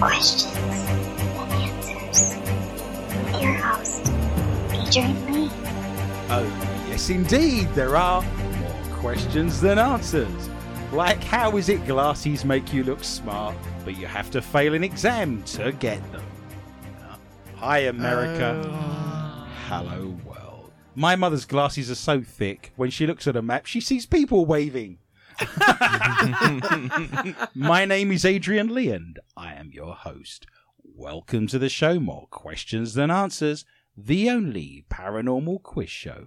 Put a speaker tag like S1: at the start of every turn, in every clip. S1: questions and answers. Your host, Adrian Lee.
S2: Oh, yes, indeed, there are more questions than answers. Like, how is it glasses make you look smart, but you have to fail an exam to get them? Uh, Hi, America. Hello, world. My mother's glasses are so thick, when she looks at a map, she sees people waving. My name is Adrian Lee, and I am your host. Welcome to the show More Questions Than Answers, the only paranormal quiz show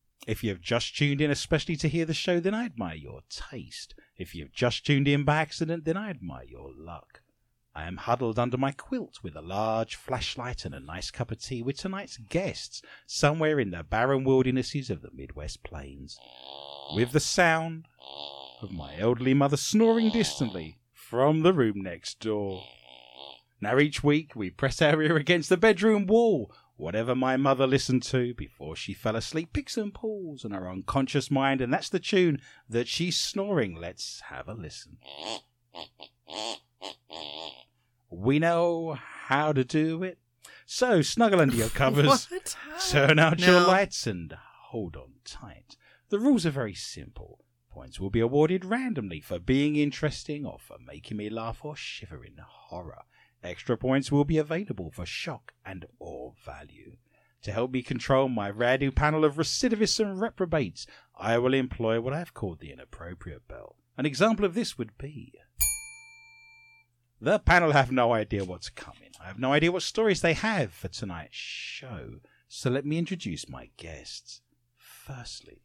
S2: If you've just tuned in especially to hear the show, then I admire your taste. If you've just tuned in by accident, then I admire your luck. I am huddled under my quilt with a large flashlight and a nice cup of tea with tonight's guests somewhere in the barren wildernesses of the Midwest Plains. With the sound of my elderly mother snoring distantly from the room next door. Now, each week we press our ear against the bedroom wall. Whatever my mother listened to before she fell asleep picks and pulls in her unconscious mind, and that's the tune that she's snoring. Let's have a listen. We know how to do it. So, snuggle under your covers,
S3: What?
S2: turn out your
S3: No.
S2: lights, and hold on tight. The rules are very simple. Points will be awarded randomly for being interesting or for making me laugh or shiver in horror. Extra points will be available for shock and awe value. To help me control my radu panel of recidivists and reprobates, I will employ what I have called the inappropriate bell. An example of this would be. The panel have no idea what's coming. I have no idea what stories they have for tonight's show. So let me introduce my guests. Firstly,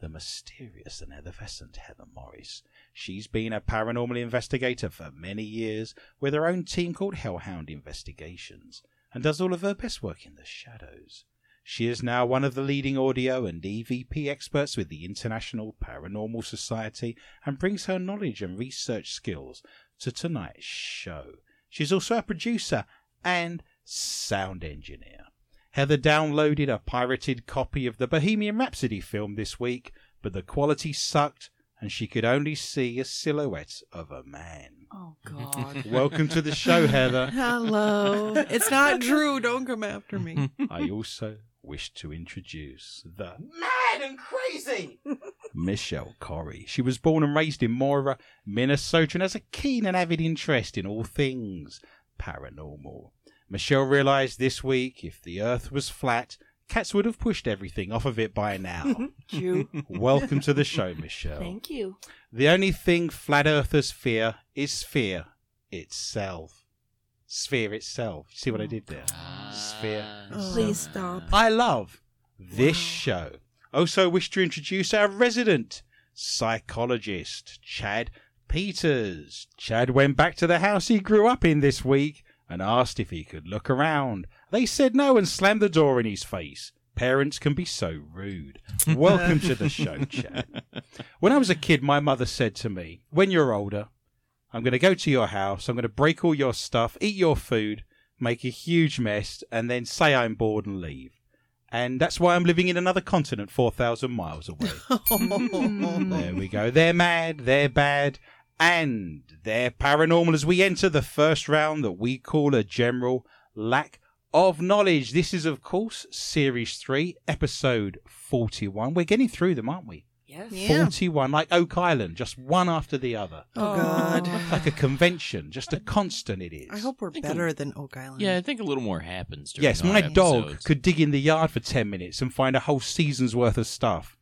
S2: the mysterious and effervescent Heather Morris. She's been a paranormal investigator for many years with her own team called Hellhound Investigations and does all of her best work in the shadows. She is now one of the leading audio and EVP experts with the International Paranormal Society and brings her knowledge and research skills to tonight's show. She's also a producer and sound engineer. Heather downloaded a pirated copy of the Bohemian Rhapsody film this week, but the quality sucked and she could only see a silhouette of a man.
S3: Oh God.
S2: Welcome to the show, Heather.
S3: Hello. It's not Drew. Don't come after me.
S2: I also wish to introduce the
S4: mad and crazy.
S2: Michelle Corrie. She was born and raised in Moira, Minnesota, and has a keen and avid interest in all things paranormal. Michelle realized this week if the earth was flat, cats would have pushed everything off of it by now.
S3: Drew.
S2: Welcome to the show, Michelle.
S5: Thank you.
S2: The only thing flat earthers fear is fear itself. Sphere itself. See what I did there? Sphere.
S5: Please stop.
S2: I love this show. Also, wish to introduce our resident psychologist, Chad Peters. Chad went back to the house he grew up in this week and asked if he could look around. They said no and slammed the door in his face. Parents can be so rude. Welcome to the show, Chad. When I was a kid, my mother said to me, When you're older, I'm going to go to your house, I'm going to break all your stuff, eat your food, make a huge mess, and then say I'm bored and leave. And that's why I'm living in another continent 4,000 miles away.
S6: Oh
S3: Oh,
S2: there we go. They're mad, they're bad, and they're paranormal as we enter the first round that we call a general lack of knowledge. This is, of course, series three, episode 41. We're getting through them, aren't we?
S5: Yes.
S3: Yeah.
S2: 41, like Oak Island, just one after the other.
S3: Oh, God.
S2: Like a convention, just a constant it is.
S3: I hope we're
S5: Thank you.
S3: better than Oak
S7: Oh.
S3: Island.
S5: Yeah, I think a little more happens. During
S2: Yes,
S5: our
S2: my dog
S5: episodes.
S2: could dig in the yard for 10 minutes and find a whole season's worth of stuff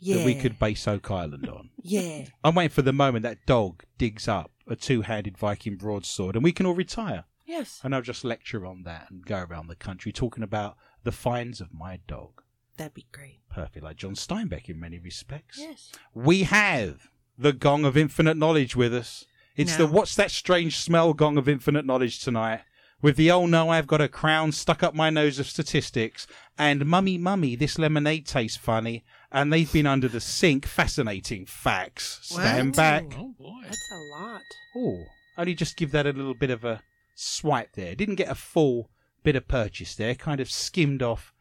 S2: that we
S3: Yeah.
S2: could base Oak Island on.
S3: Yeah.
S2: I'm waiting for the moment that dog digs up a two handed Viking broadsword and we can all retire.
S5: Yes.
S2: And I'll just lecture on that and go around the country talking about the finds of my dog.
S3: That'd be great.
S2: Perfect, like John Steinbeck in many respects.
S5: Yes.
S2: We have the Gong of Infinite Knowledge with us. It's the
S3: No.
S2: What's That Strange Smell Gong of Infinite Knowledge tonight. With the oh no, I've got a crown stuck up my nose of statistics, and mummy, mummy, this lemonade tastes funny, and they've been under the sink. Fascinating facts. Stand
S3: Wow.
S2: back.
S5: Oh boy.
S7: That's a lot.
S2: Oh, only just give that a little bit of a swipe there. Didn't get a full bit of purchase there. Kind of skimmed off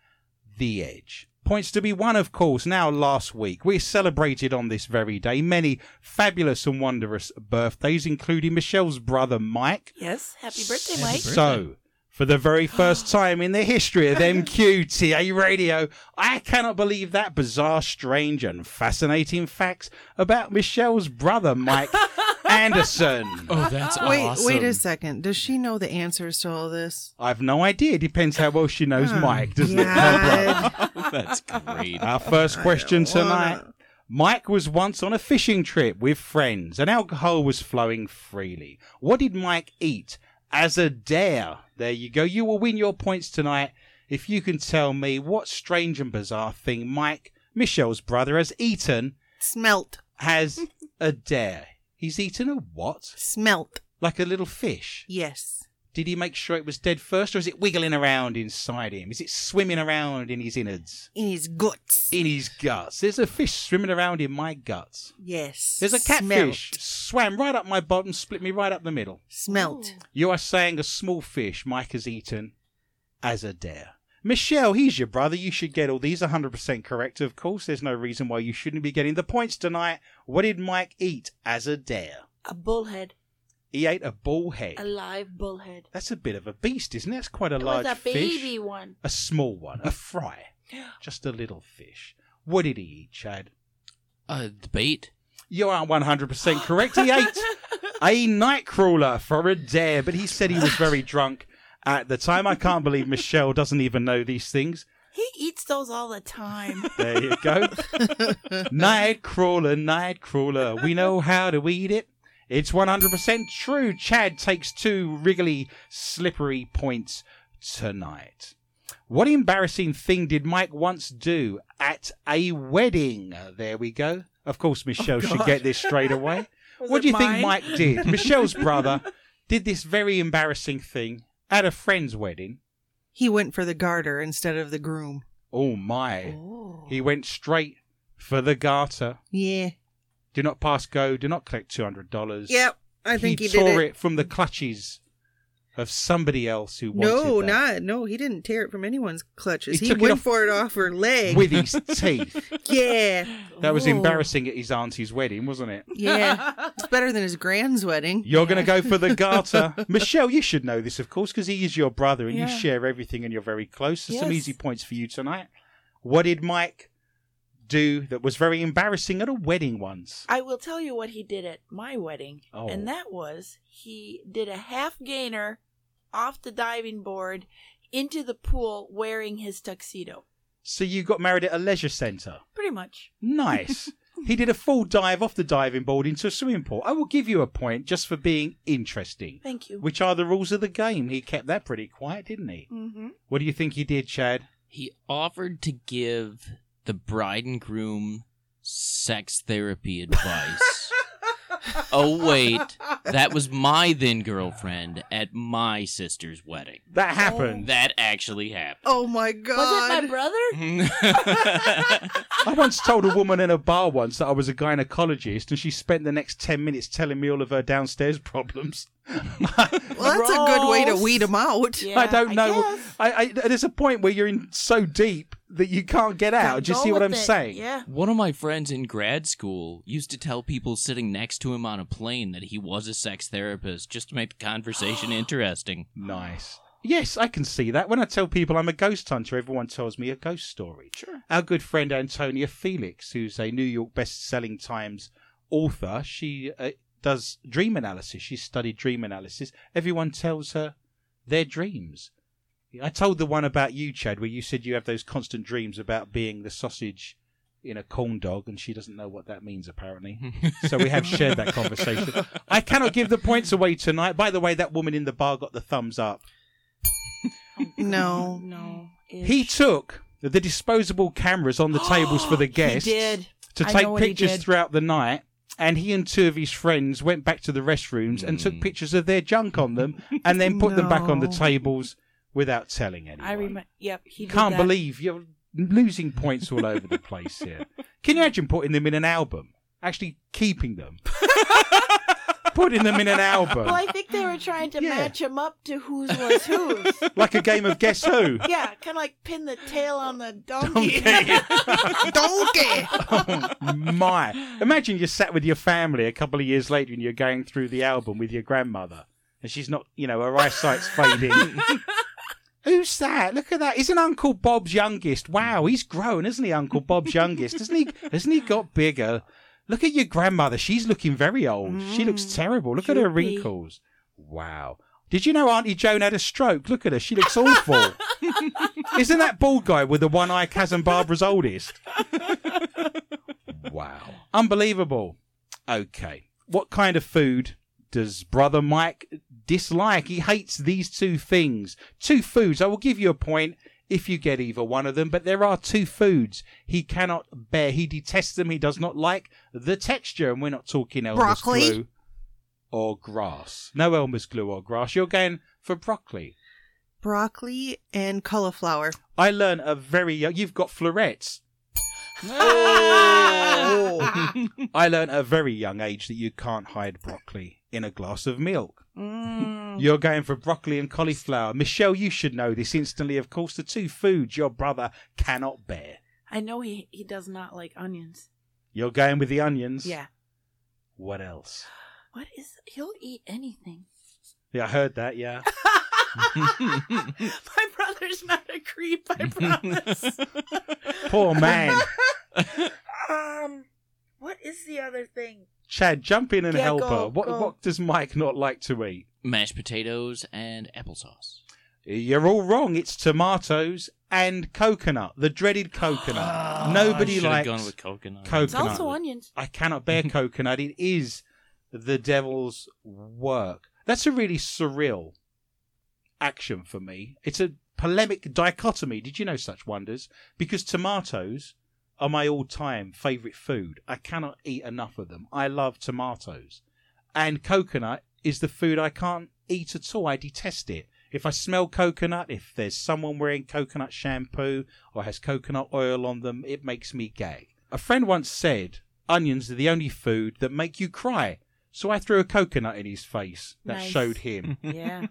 S2: the edge. Points to be won, of course. Now, last week, we celebrated on this very day many fabulous and wondrous birthdays, including Michelle's brother Mike.
S7: Yes. Happy birthday,
S5: Happy
S7: Mike.
S5: birthday.
S2: So, for the very first time in the history of MQTA Radio, I cannot believe that bizarre, strange, and fascinating facts about Michelle's brother Mike Anderson.
S5: Oh, that's
S3: Wait,
S5: awesome.
S3: wait a second. Does she know the answers to all this?
S2: I've no idea. Depends how well she knows
S3: Oh,
S2: Mike, doesn't it? Her brother.
S3: God.
S5: That's great.
S2: Our first question
S3: don't wanna-
S2: tonight. Mike was once on a fishing trip with friends and alcohol was flowing freely. What did Mike eat as a dare? There you go. You will win your points tonight if you can tell me what strange and bizarre thing Mike, Michelle's brother, has eaten
S3: Smelt.
S2: as a dare. He's eaten a what?
S3: Smelt.
S2: Like a little fish.
S3: Yes.
S2: Did he make sure it was dead first, or is it wiggling around inside him? Is it swimming around in his innards?
S3: In his guts.
S2: In his guts. There's a fish swimming around in my guts.
S3: Yes.
S2: There's a catfish. Swam right up my bottom, split me right up the middle.
S3: Smelt. Smelt.
S2: You are saying a small fish Mike has eaten as a dare. Michelle, he's your brother. You should get all these 100% correct, of course. There's no reason why you shouldn't be getting the points tonight. What did Mike eat as a dare?
S7: A bullhead.
S2: He ate a bull head.
S7: A live bullhead.
S2: That's a bit of a beast, isn't it? That's quite a
S7: it
S2: large
S7: was a
S2: fish.
S7: baby one.
S2: A small one, a fry, just a little fish. What did he eat, Chad?
S5: A Uh, debate.
S2: You are 100% correct. He ate a nightcrawler for a dare, but he said he was very drunk at the time. I can't believe Michelle doesn't even know these things.
S7: He eats those all the time.
S2: There you go. nightcrawler, nightcrawler, we know how to eat it. It's 100% true. Chad takes two wriggly, slippery points tonight. What embarrassing thing did Mike once do at a wedding? There we go. Of course, Michelle should get this straight away. what do you think Mike did? Michelle's brother did this very embarrassing thing at a friend's wedding.
S3: He went for the garter instead of the groom.
S2: Oh my.
S7: Oh.
S2: He went straight for the garter.
S3: Yeah.
S2: Do not pass go. Do not collect two hundred dollars.
S3: Yep. I think he,
S2: tore
S3: did
S2: it. from the clutches of somebody else who wanted
S3: No, not
S2: that
S3: no. He didn't tear it from anyone's clutches.
S2: He
S3: He,
S2: took it
S3: went
S2: off-
S3: for it off her leg.
S2: with his teeth.
S3: yeah,
S2: That was
S7: Ooh.
S2: embarrassing at his auntie's wedding, wasn't it?
S3: yeah. it's better than his grand's wedding.
S2: You're going to go for the garter, Michelle. You should know this, of course, because he is your brother and you
S7: Yeah.
S2: share everything, and you're very close. So Some
S7: Yes.
S2: easy points for you tonight. What did Mike do that was very embarrassing at a wedding once?
S7: I will tell you what he did at my wedding,
S2: Oh.
S7: and that was he did a half gainer off the diving board into the pool wearing his tuxedo.
S2: So you got married at a leisure centre.
S7: Pretty much.
S2: Nice. he did a full dive off the diving board into a swimming pool. I will give you a point just for being interesting,
S7: Thank you.
S2: which are the rules of the game. He kept that pretty quiet, didn't he?
S7: mm-hmm.
S2: What do you think he did, Chad?
S5: He offered to give the bride and groom sex therapy advice. oh wait, that was my then girlfriend at my sister's wedding.
S2: That happened.
S5: That actually happened.
S3: Oh my god!
S7: Was it my brother?
S3: Oh.
S2: I once told a woman in a bar once that I was a gynecologist, and she spent the next 10 minutes telling me all of her downstairs problems.
S3: well, that's a good way to
S7: Gross.
S3: weed him out.
S7: Yeah,
S2: I don't know.
S7: guess.
S2: I, I, there's a point where you're in so deep that you can't get out.
S7: Can't
S2: Do you
S7: go
S2: see what I'm
S7: with it.
S2: saying?
S7: Yeah.
S5: One of my friends in grad school used to tell people sitting next to him on a plane that he was a sex therapist just to make the conversation interesting.
S2: Nice. Yes, I can see that. When I tell people I'm a ghost hunter, everyone tells me a ghost story. Sure. Our good friend Antonia Felix, who's a New York best-selling Times author, she uh, does dream analysis. She studied dream analysis. Everyone tells her their dreams. I told the one about you, Chad, where you said you have those constant dreams about being the sausage in a corn dog, and she doesn't know what that means apparently. so we have shared that conversation. I cannot give the points away tonight. By the way, that woman in the bar got the thumbs up.
S3: No.
S7: No.
S2: He took the disposable cameras on the tables for the guests
S7: He did.
S2: to
S7: I
S2: take
S7: know what he
S2: pictures
S7: did.
S2: throughout the night. And he and two of his friends went back to the restrooms and took pictures of their junk on them and then put them back on the
S3: No.
S2: tables without telling anyone.
S7: I remember. Yep. He did
S2: Can't
S7: that.
S2: believe you're losing points all over the place here. Can you imagine putting them in an album? Actually, keeping them. putting them in an album.
S7: Well, I think they were trying to
S2: Yeah.
S7: match him up to whose was whose.
S2: like a game of Guess Who.
S7: yeah, kind of like pin the tail on the donkey.
S2: Donkey.
S3: Donkey.
S2: Oh, my. Imagine you sat with your family a couple of years later and you're going through the album with your grandmother and she's not, you know, her eyesight's fading. Who's that? Look at that. Isn't Uncle Bob's youngest? Wow, he's grown, isn't he, Uncle Bob's youngest? Isn't he hasn't he got bigger? Look at your grandmother. She's looking very old. She looks terrible. Look at her
S7: droopy.
S2: wrinkles. Wow. Did you know Auntie Joan had a stroke? Look at her. She looks awful. Isn't that bald guy with the one eye cousin Barbara's oldest? wow. Unbelievable. Okay. What kind of food does Brother Mike dislike? He hates these two things. Two foods. I will give you a point if you get either one of them, but there are two foods he cannot bear. He detests them. He does not like the texture, and we're not talking Elmer's
S3: Broccoli?
S2: glue or grass. No Elmer's glue or grass. You're going for broccoli.
S3: Broccoli and cauliflower.
S2: I learned a very young. You've got florets. I learned at a very young age that you can't hide broccoli in a glass of milk.
S7: Mm.
S2: You're going for broccoli and cauliflower. Michelle, you should know this instantly. Of course, the two foods your brother cannot bear.
S7: I know he he does not like onions.
S2: You're going with the onions.
S7: Yeah.
S2: What else?
S7: What is? He'll eat anything.
S2: Yeah, I heard that. Yeah.
S7: My brother's not a creep. I promise.
S2: Poor man.
S7: um, what is the other thing?
S2: Chad, jump in and
S7: Yeah,
S2: help
S7: go,
S2: her. What,
S7: go.
S2: what does Mike not like to eat?
S5: Mashed potatoes and applesauce.
S2: You're all wrong. It's tomatoes and coconut, the dreaded coconut. Oh, Nobody
S5: should have
S2: likes
S5: Ah, gone with coconut.
S7: It's
S2: coconut.
S7: also onions.
S2: I cannot bear coconut. It is the devil's work. That's a really surreal action for me. It's a polemic dichotomy. Did you know such wonders? Because tomatoes are my all time favourite food. I cannot eat enough of them. I love tomatoes. And coconut is the food I can't eat at all. I detest it. If I smell coconut, if there's someone wearing coconut shampoo or has coconut oil on them, it makes me gag. A friend once said onions are the only food that make you cry. So I threw a coconut in his face that
S7: Nice.
S2: showed him.
S7: Yeah.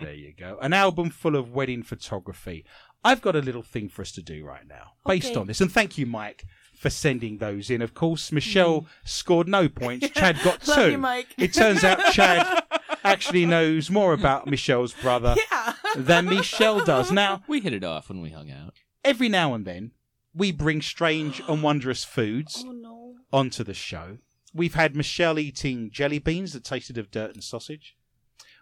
S2: There you go. An album full of wedding photography. I've got a little thing for us to do right now based
S7: Okay. Mm-hmm.
S2: on this. And thank you, Mike, for sending those in. Of course, Michelle scored no points. Chad got
S7: Love
S2: two.
S7: you, Mike.
S2: It turns out Chad actually knows more about Michelle's brother
S7: Yeah.
S2: than Michelle does. Now,
S5: We hit it off when we hung out.
S2: every now and then, we bring strange and wondrous foods
S7: Oh no.
S2: onto the show. We've had Michelle eating jelly beans that tasted of dirt and sausage.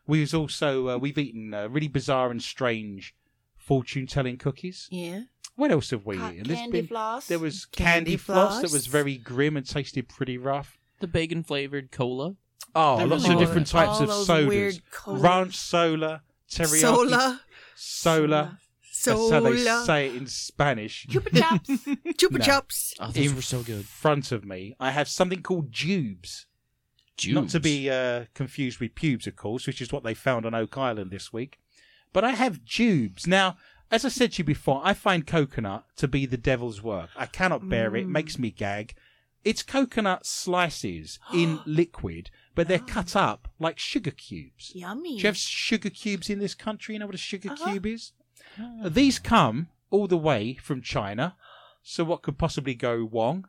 S2: We've also uh, we've eaten uh, really bizarre and strange fortune telling cookies.
S3: Yeah.
S2: What else have we
S7: Ca-
S2: eaten? There's
S7: candy floss.
S2: There was candy,
S3: Candy
S2: floss. that was
S3: floss.
S2: very grim and tasted pretty rough.
S5: The bacon flavored cola.
S2: Oh,
S5: I
S2: lots
S5: really
S2: of
S5: love
S2: different
S5: that.
S2: types
S7: All
S2: of
S7: those
S2: sodas.
S7: weird colas.
S2: Ranch sola, teriyaki
S3: Sola.
S2: sola. That's how they
S3: Sola.
S2: say it in Spanish.
S7: Chupa chops.
S3: Chupa
S2: No.
S3: chups.
S5: Oh, those
S2: in
S5: were so good.
S2: front of me, I have something called jubes. Not to
S5: Jubes.
S2: be uh, confused with pubes, of course, which is what they found on Oak Island this week. But I have jubes. Now, as I said to you before, I find coconut to be the devil's work. I cannot bear it, makes me gag. It's coconut slices in liquid, but they're cut up like sugar cubes.
S7: Yummy.
S2: Do you have sugar cubes in this country? You know what a sugar
S7: Uh-huh.
S2: cube is? These come all the way from China. So what could possibly go wrong?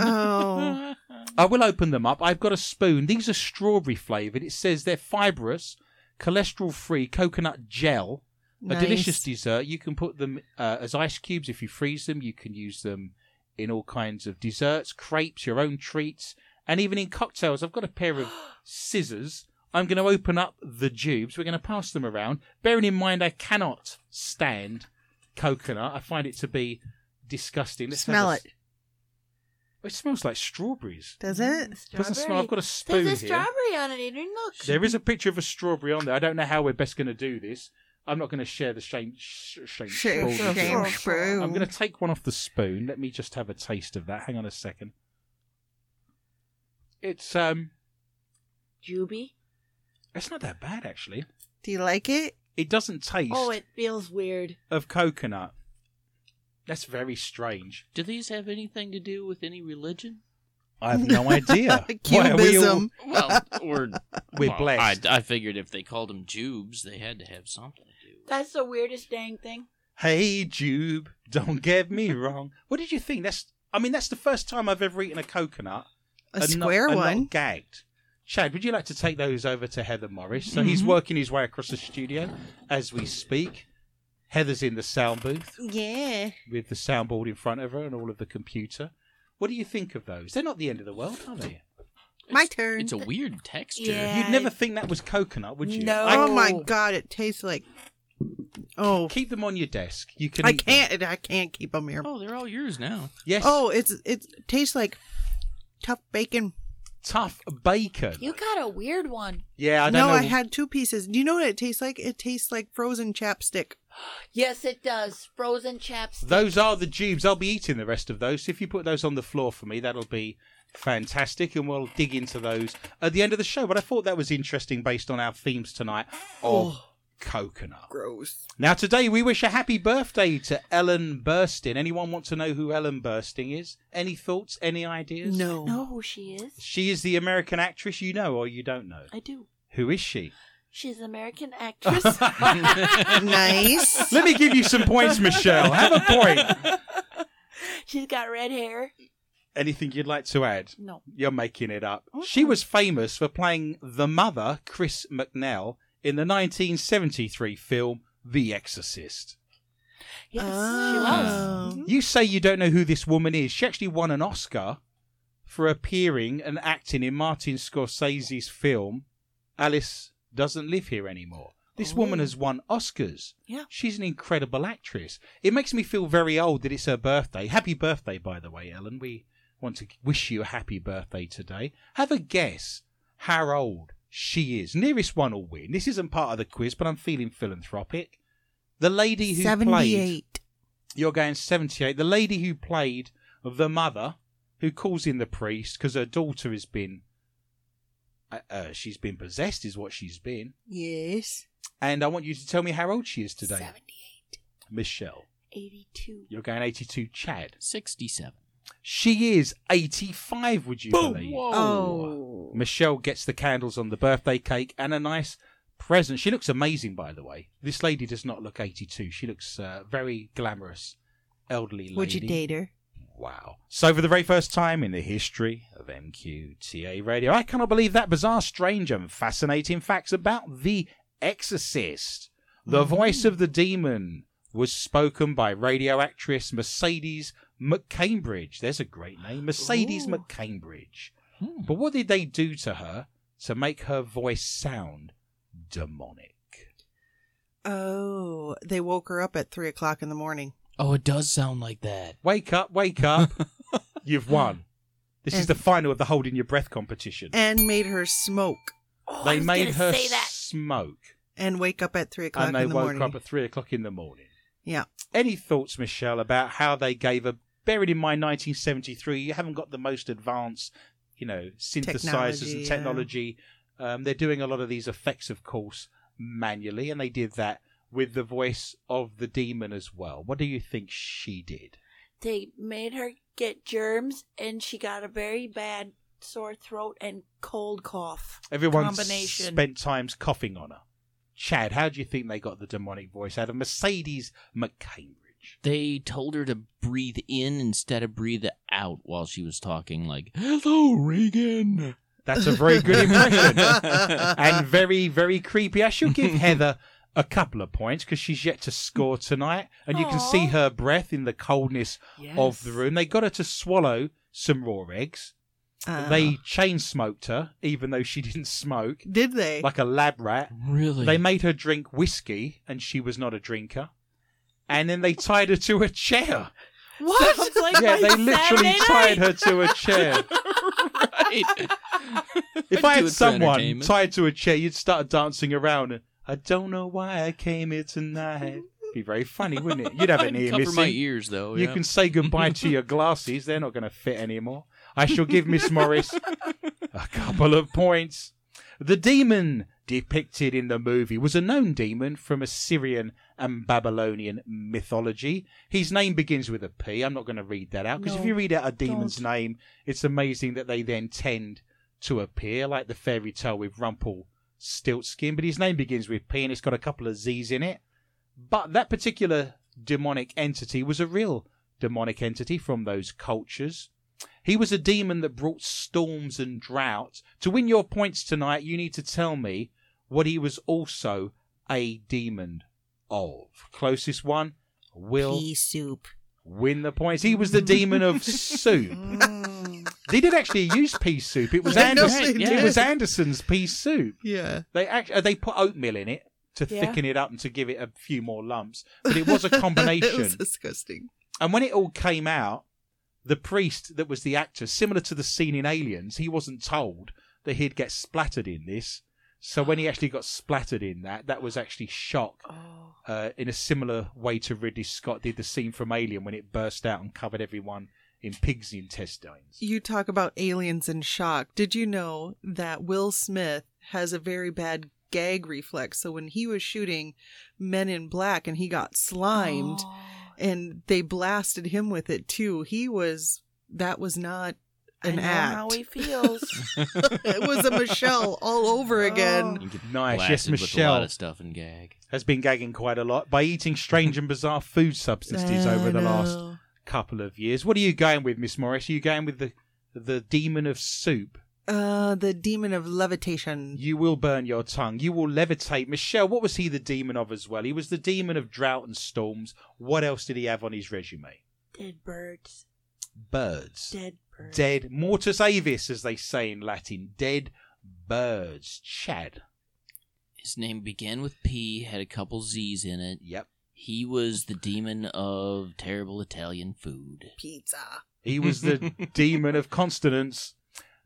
S2: Um,
S3: Oh.
S2: I will open them up. I've got a spoon. These are strawberry flavored. It says they're fibrous, cholesterol free coconut gel, a delicious dessert. You can put them uh, as ice cubes if you freeze them. You can use them in all kinds of desserts, crepes, your own treats, and even in cocktails. I've got a pair of scissors. I'm going to open up the tubes. We're going to pass them around. Bearing in mind, I cannot stand coconut. I find it to be disgusting. have
S6: Smell
S2: a
S6: it.
S2: s- It smells like strawberries.
S6: Does it?
S2: Doesn't smell. I've got a spoon
S7: Mm, There's a
S2: here.
S7: strawberry on it, Adrian. Look.
S2: There is a picture of a strawberry on there. I don't know how we're best going to do this. I'm not going to share the shame. Sh- shame
S6: Shame,
S2: spoon.
S6: shame, spoon.
S2: I'm going to take one off the spoon. Let me just have a taste of that. Hang on a second. It's um,
S7: Juby.
S2: it's not that bad actually.
S6: Do you like it?
S2: It doesn't taste
S7: Oh, it feels weird.
S2: of coconut. That's very strange.
S5: Do these have anything to do with any religion?
S2: I have no idea. Why are we all-
S6: Cubism.
S5: Well, or
S2: We're
S5: well,
S2: blessed.
S5: I, I figured if they called them Jubes, they had to have something to do. with it.
S7: That's the weirdest dang thing.
S2: Hey, Jube, don't get me wrong. What did you think? That's. I mean, that's the first time I've ever eaten a coconut.
S6: A
S2: and not-
S6: square
S2: and not
S6: one.
S2: gagged. Chad, would you like to take those over to Heather Morris? So he's
S6: Mm-hmm.
S2: working his way across the studio as we speak. Heather's in the sound booth
S6: Yeah.
S2: with the soundboard in front of her and all of the computer. What do you think of those? They're not the end of the world, are they?
S6: My
S5: It's-
S6: turn.
S5: It's a weird texture.
S7: Yeah.
S2: You'd never think that was coconut, would you?
S7: No.
S6: oh
S7: I-
S6: my god, it tastes like. Oh,
S2: Keep them on your desk. You can.
S6: I
S2: eat them.
S6: can't. I can't keep them here.
S5: Oh, they're all yours now.
S2: Yes.
S6: Oh, it's it tastes like tough bacon.
S2: tough bacon.
S7: You got a weird one.
S2: Yeah, I don't
S6: no,
S2: know.
S6: I had two pieces. Do you know what it tastes like? It tastes like frozen chapstick.
S7: Yes, it does. Frozen chaps.
S2: Those are the jubes. I'll be eating the rest of those. If you put those on the floor for me, that'll be fantastic, and we'll dig into those at the end of the show. But I thought that was interesting based on our themes tonight of coconut.
S6: Oh. Gross.
S2: Now, today we wish a happy birthday to Ellen Burstyn. Anyone want to know who Ellen Burstyn is? Any thoughts? Any ideas?
S6: No.
S7: know who she is?
S2: She is the American actress you know or you don't know.
S7: I do.
S2: Who is she?
S7: She's an American actress.
S6: nice.
S2: Let me give you some points, Michelle. Have a point.
S7: She's got red hair.
S2: Anything you'd like to add?
S7: No.
S2: You're making it up.
S7: Okay.
S2: She was famous for playing the mother, Chris McNell, in the 1973 film The Exorcist.
S7: Yes, she was.
S6: Oh.
S2: Mm-hmm. You say you don't know who this woman is. She actually won an Oscar for appearing and acting in Martin Scorsese's film Alice Doesn't Live Here Anymore. This woman has won Oscars.
S7: Yeah.
S2: She's an incredible actress. It makes me feel very old that it's her birthday. Happy birthday, by the way, Ellen. We want to wish you a happy birthday today. Have a guess how old she is. Nearest one will win. This isn't part of the quiz, but I'm feeling philanthropic. The lady who played
S6: Seventy-eight.
S2: you're going 78. The lady who played the mother, who calls in the priest because her daughter has been, uh, uh, she's been possessed, is what she's been.
S6: Yes.
S2: And I want you to tell me how old she is today,
S7: 78,
S2: Michelle.
S7: 82.
S2: You're going 82, Chad.
S5: 67.
S2: She is 85. Would you believe?
S6: Oh.
S2: Michelle gets the candles on the birthday cake and a nice present. She looks amazing, by the way. This lady does not look 82. She looks uh, very glamorous, elderly lady.
S6: Would you date her?
S2: Wow. So, for the very first time in the history of MQTA radio, I cannot believe that bizarre, strange, and fascinating facts about The Exorcist. The voice of the demon was spoken by radio actress Mercedes McCambridge. There's a great name Mercedes McCambridge.
S5: Hmm.
S2: But what did they do to her to make her voice sound demonic?
S6: Oh, they woke her up at three o'clock in the morning.
S5: Oh, it does sound like that.
S2: Wake up, wake up. You've won. This is
S6: And-
S2: the final of the holding your breath competition.
S6: and made her smoke
S7: Oh, I
S2: They
S7: was
S2: made
S7: gonna
S2: her
S7: say that.
S2: smoke,
S6: and wake up at three o'clock
S2: and they
S6: in the
S2: woke
S6: morning.
S2: her up at three o'clock in the morning.
S6: yeah,
S2: Any thoughts, Michelle, about how they gave a buried in my 1973? You haven't got the most advanced, you know, synthesizers
S6: Technology,
S2: and
S6: yeah.
S2: technology. Um, they're doing a lot of these effects, of course, manually, and they did that with the voice of the demon as well. What do you think she did?
S7: They made her get germs, and she got a very bad sore throat and cold cough.
S2: Everyone
S7: Combination.
S2: spent times coughing on her. Chad, how do you think they got the demonic voice out of Mercedes McCambridge?
S5: They told her to breathe in instead of breathe out while she was talking, like, Hello, Regan.
S2: That's a very good impression. and very, very creepy. I should give Heather a couple of points because she's yet to score tonight, and you can see
S7: Aw.
S2: her breath in the coldness of the room. They got her to swallow some raw eggs. They chain smoked her, even though she didn't smoke,
S6: did they?
S2: like a lab rat.
S5: Really?
S2: They made her drink whiskey, and she was not a drinker. And then they tied her to a chair.
S7: What? Sounds like
S2: yeah,
S7: my
S2: they literally
S7: Saturday
S2: tied
S7: night.
S2: her to a chair.
S5: right.
S2: if
S5: Do
S2: I
S5: it
S2: had
S5: for
S2: someone
S5: entertainment.
S2: tied to a chair, you'd start dancing around. And, I don't know why I came here tonight. Be very funny, wouldn't it? You'd have an
S5: I'd
S2: ear
S5: cover
S2: missing.
S5: my ears though.
S2: You
S5: yeah.
S2: can say goodbye to your glasses. They're not going to fit anymore. I shall give Miss Morris a couple of points. The demon depicted in the movie was a known demon from Assyrian and Babylonian mythology. His name begins with a P. I'm not going to read that out because if
S7: No,
S2: you read out a demon's name, it's amazing that they then tend to appear like the fairy tale with Rumpel Stiltskin. But his name begins with P and it's got a couple of Z's in it. But that particular demonic entity was a real demonic entity from those cultures. He was a demon that brought storms and drought. To win your points tonight, you need to tell me what he was also a demon of. Closest one will
S8: pea soup.
S2: win the points. He was the demon of soup.
S6: Mm.
S2: They did actually use pea soup. It was
S6: I know
S2: Anderson.
S6: they
S2: It
S6: did.
S2: was Anderson's pea soup.
S6: yeah.
S2: They actually they put oatmeal in it to
S7: Yeah.
S2: thicken it up and to give it a few more lumps. But it was a combination.
S6: it was disgusting.
S2: And when it all came out, the priest that was the actor, similar to the scene in Aliens, he wasn't told that he'd get splattered in this. So when he actually got splattered in that, that was actually shock. Uh, in a similar way to Ridley Scott did the scene from Alien when it burst out and covered everyone in pig's intestines.
S6: You talk about aliens in shock. Did you know that Will Smith has a very bad gag reflex? So when he was shooting Men in Black and he got slimed and they blasted him with it too, he was that was not
S7: I
S6: an
S7: know
S6: act.
S7: how he feels.
S6: it was a Michelle all
S7: Oh.
S6: over again.
S5: You get
S2: Nice, yes,
S5: blasted with a
S2: Michelle
S5: lot of stuff and gag.
S2: has been gagging quite a lot by eating strange and bizarre food substances over the last couple of years. What are you going with, Miss Morris? Are you going with the the demon of soup?
S6: uh the demon of levitation.
S2: You will burn your tongue. You will levitate. Michelle, what was he the demon of as well? He was the demon of drought and storms. What else did he have on his resume?
S7: dead birds.
S2: Birds.
S7: Dead birds.
S2: Dead. Mortus avis, as they say in Latin. Dead birds. Chad.
S5: His name began with P, had a couple Z's in it.
S2: Yep.
S5: He was the demon of terrible Italian food.
S6: Pizza.
S2: He was the demon of consonants.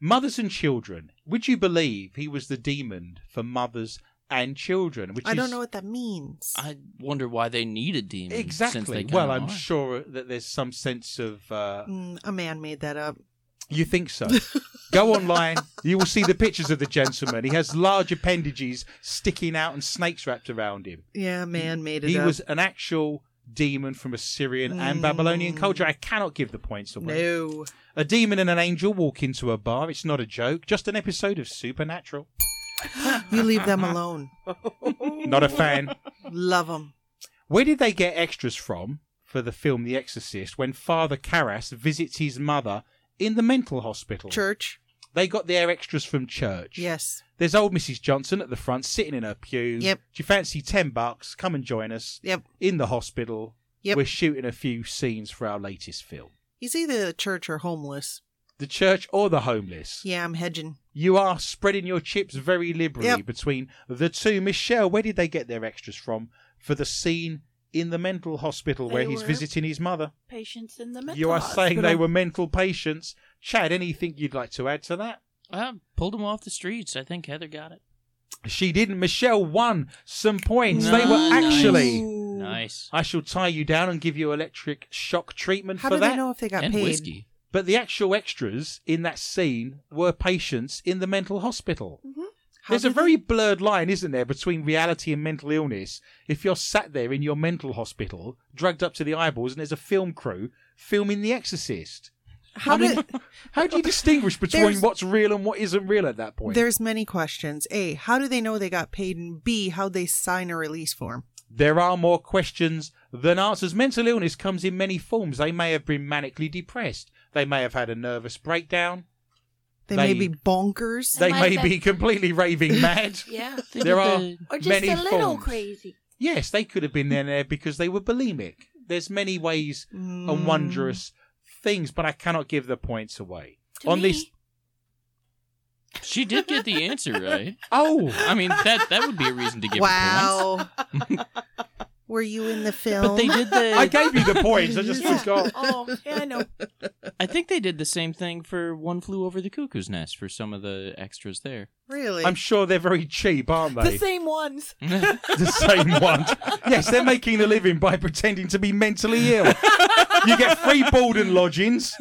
S2: Mothers and children. Would you believe he was the demon for mothers and children? Which
S6: I
S2: is...
S6: don't know what that means.
S5: I wonder why they need a demon. Since they
S2: Exactly.
S5: kinda
S2: Well, I'm
S5: are.
S2: sure that there's some sense of. Uh,
S6: Mm, a man made that up.
S2: you think so? Go online. You will see the pictures of the gentleman. He has large appendages sticking out and snakes wrapped around him.
S6: Yeah, man made it
S2: He
S6: up.
S2: was an actual demon from Assyrian and
S6: Mm.
S2: Babylonian culture. I cannot give the points away.
S6: no.
S2: A demon and an angel walk into a bar. It's not a joke. Just an episode of Supernatural.
S6: You leave them alone.
S2: Not a fan.
S6: Love them.
S2: Where did they get extras from for the film The Exorcist when Father Karras visits his mother in the mental hospital?
S6: Church.
S2: They got their extras from church.
S6: Yes.
S2: There's old Mrs. Johnson at the front sitting in her pew.
S6: Yep.
S2: Do you fancy 10 bucks? Come and join us
S6: Yep.
S2: in the hospital.
S6: Yep.
S2: We're shooting a few scenes for our latest film.
S6: He's either the church or homeless.
S2: The church or the homeless.
S6: Yeah, I'm hedging.
S2: You are spreading your chips very liberally
S6: Yep.
S2: between the two. Michelle, where did they get their extras from for the scene in the mental hospital where
S7: They
S2: he's
S7: were
S2: visiting his mother?
S7: Patients in the mental
S2: you are saying they
S7: hospital.
S2: were mental patients. Chad, anything you'd like to add to that?
S5: I pulled him off the streets. I think Heather got it.
S2: She didn't. Michelle won some points. They were actually.
S5: Nice.
S2: I shall tie you down and give you electric shock treatment
S6: How
S2: for
S6: do
S2: that.
S6: they know if they got
S5: and
S6: paid?
S5: whiskey.
S2: But the actual extras in that scene were patients in the mental hospital.
S6: How
S2: There's a
S6: do
S2: very blurred line, isn't there, between reality and mental illness. If you're sat there in your mental hospital, drugged up to the eyeballs, and there's a film crew filming The Exorcist.
S6: they- How
S2: I mean,
S6: did?
S2: How do you distinguish between
S6: There's-
S2: what's real and what isn't real at that point?
S6: There's many questions. A. How do they know they got paid? And B. How they sign a release form?
S2: There are more questions than answers. Mental illness comes in many forms. They may have been manically depressed. They may have had a nervous breakdown.
S6: They,
S2: They-
S6: may be bonkers.
S2: They
S1: might
S2: may
S1: have
S2: be completely raving mad.
S7: Yeah.
S2: There are
S7: Or just
S2: many
S7: a little
S2: forms.
S7: crazy.
S2: Yes, they could have been in there because they were bulimic. There's many ways and wondrous things, but I cannot give the points away.
S7: Mm. To
S2: On
S7: me,
S2: this
S5: She did get the answer right.
S2: Oh
S5: I mean, that that would be a reason to give her
S6: wow. Were you in the
S5: points. But
S6: film?
S5: they did the.
S2: I gave you the points, I just
S7: Yeah.
S2: forgot.
S7: Oh, yeah, I know.
S5: I think they did the same thing for One Flew Over the Cuckoo's Nest for some of the extras there.
S6: really?
S2: I'm sure they're very cheap, aren't they?
S7: The same ones.
S2: the same ones. Yes, they're making a living by pretending to be mentally ill. You get free board and lodgings.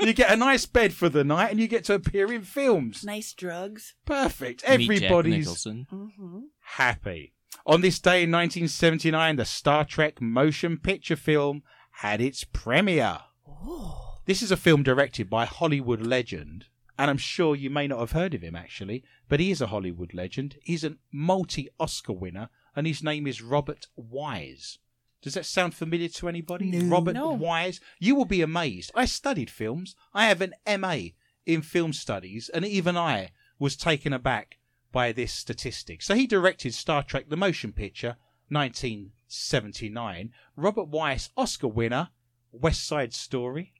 S2: You get a nice bed for the night, and you get to appear in films.
S7: Nice drugs.
S2: Perfect.
S5: Meet Jack
S2: Everybody's
S5: Nicholson.
S7: Mm-hmm.
S2: happy. On this day in 1979, the Star Trek motion picture film had its premiere. This is a film directed by Hollywood legend, and I'm sure you may not have heard of him actually, but he is a Hollywood legend. He's a multi Oscar winner, and his name is Robert Wise. Does that sound familiar to anybody?
S6: No.
S2: Robert
S7: No.
S2: Wise? You will be amazed. I studied films. I have an MA in film studies, and even I was taken aback by this statistic. So he directed Star Trek the Motion Picture, 1979. Robert Wise, Oscar winner, West Side Story,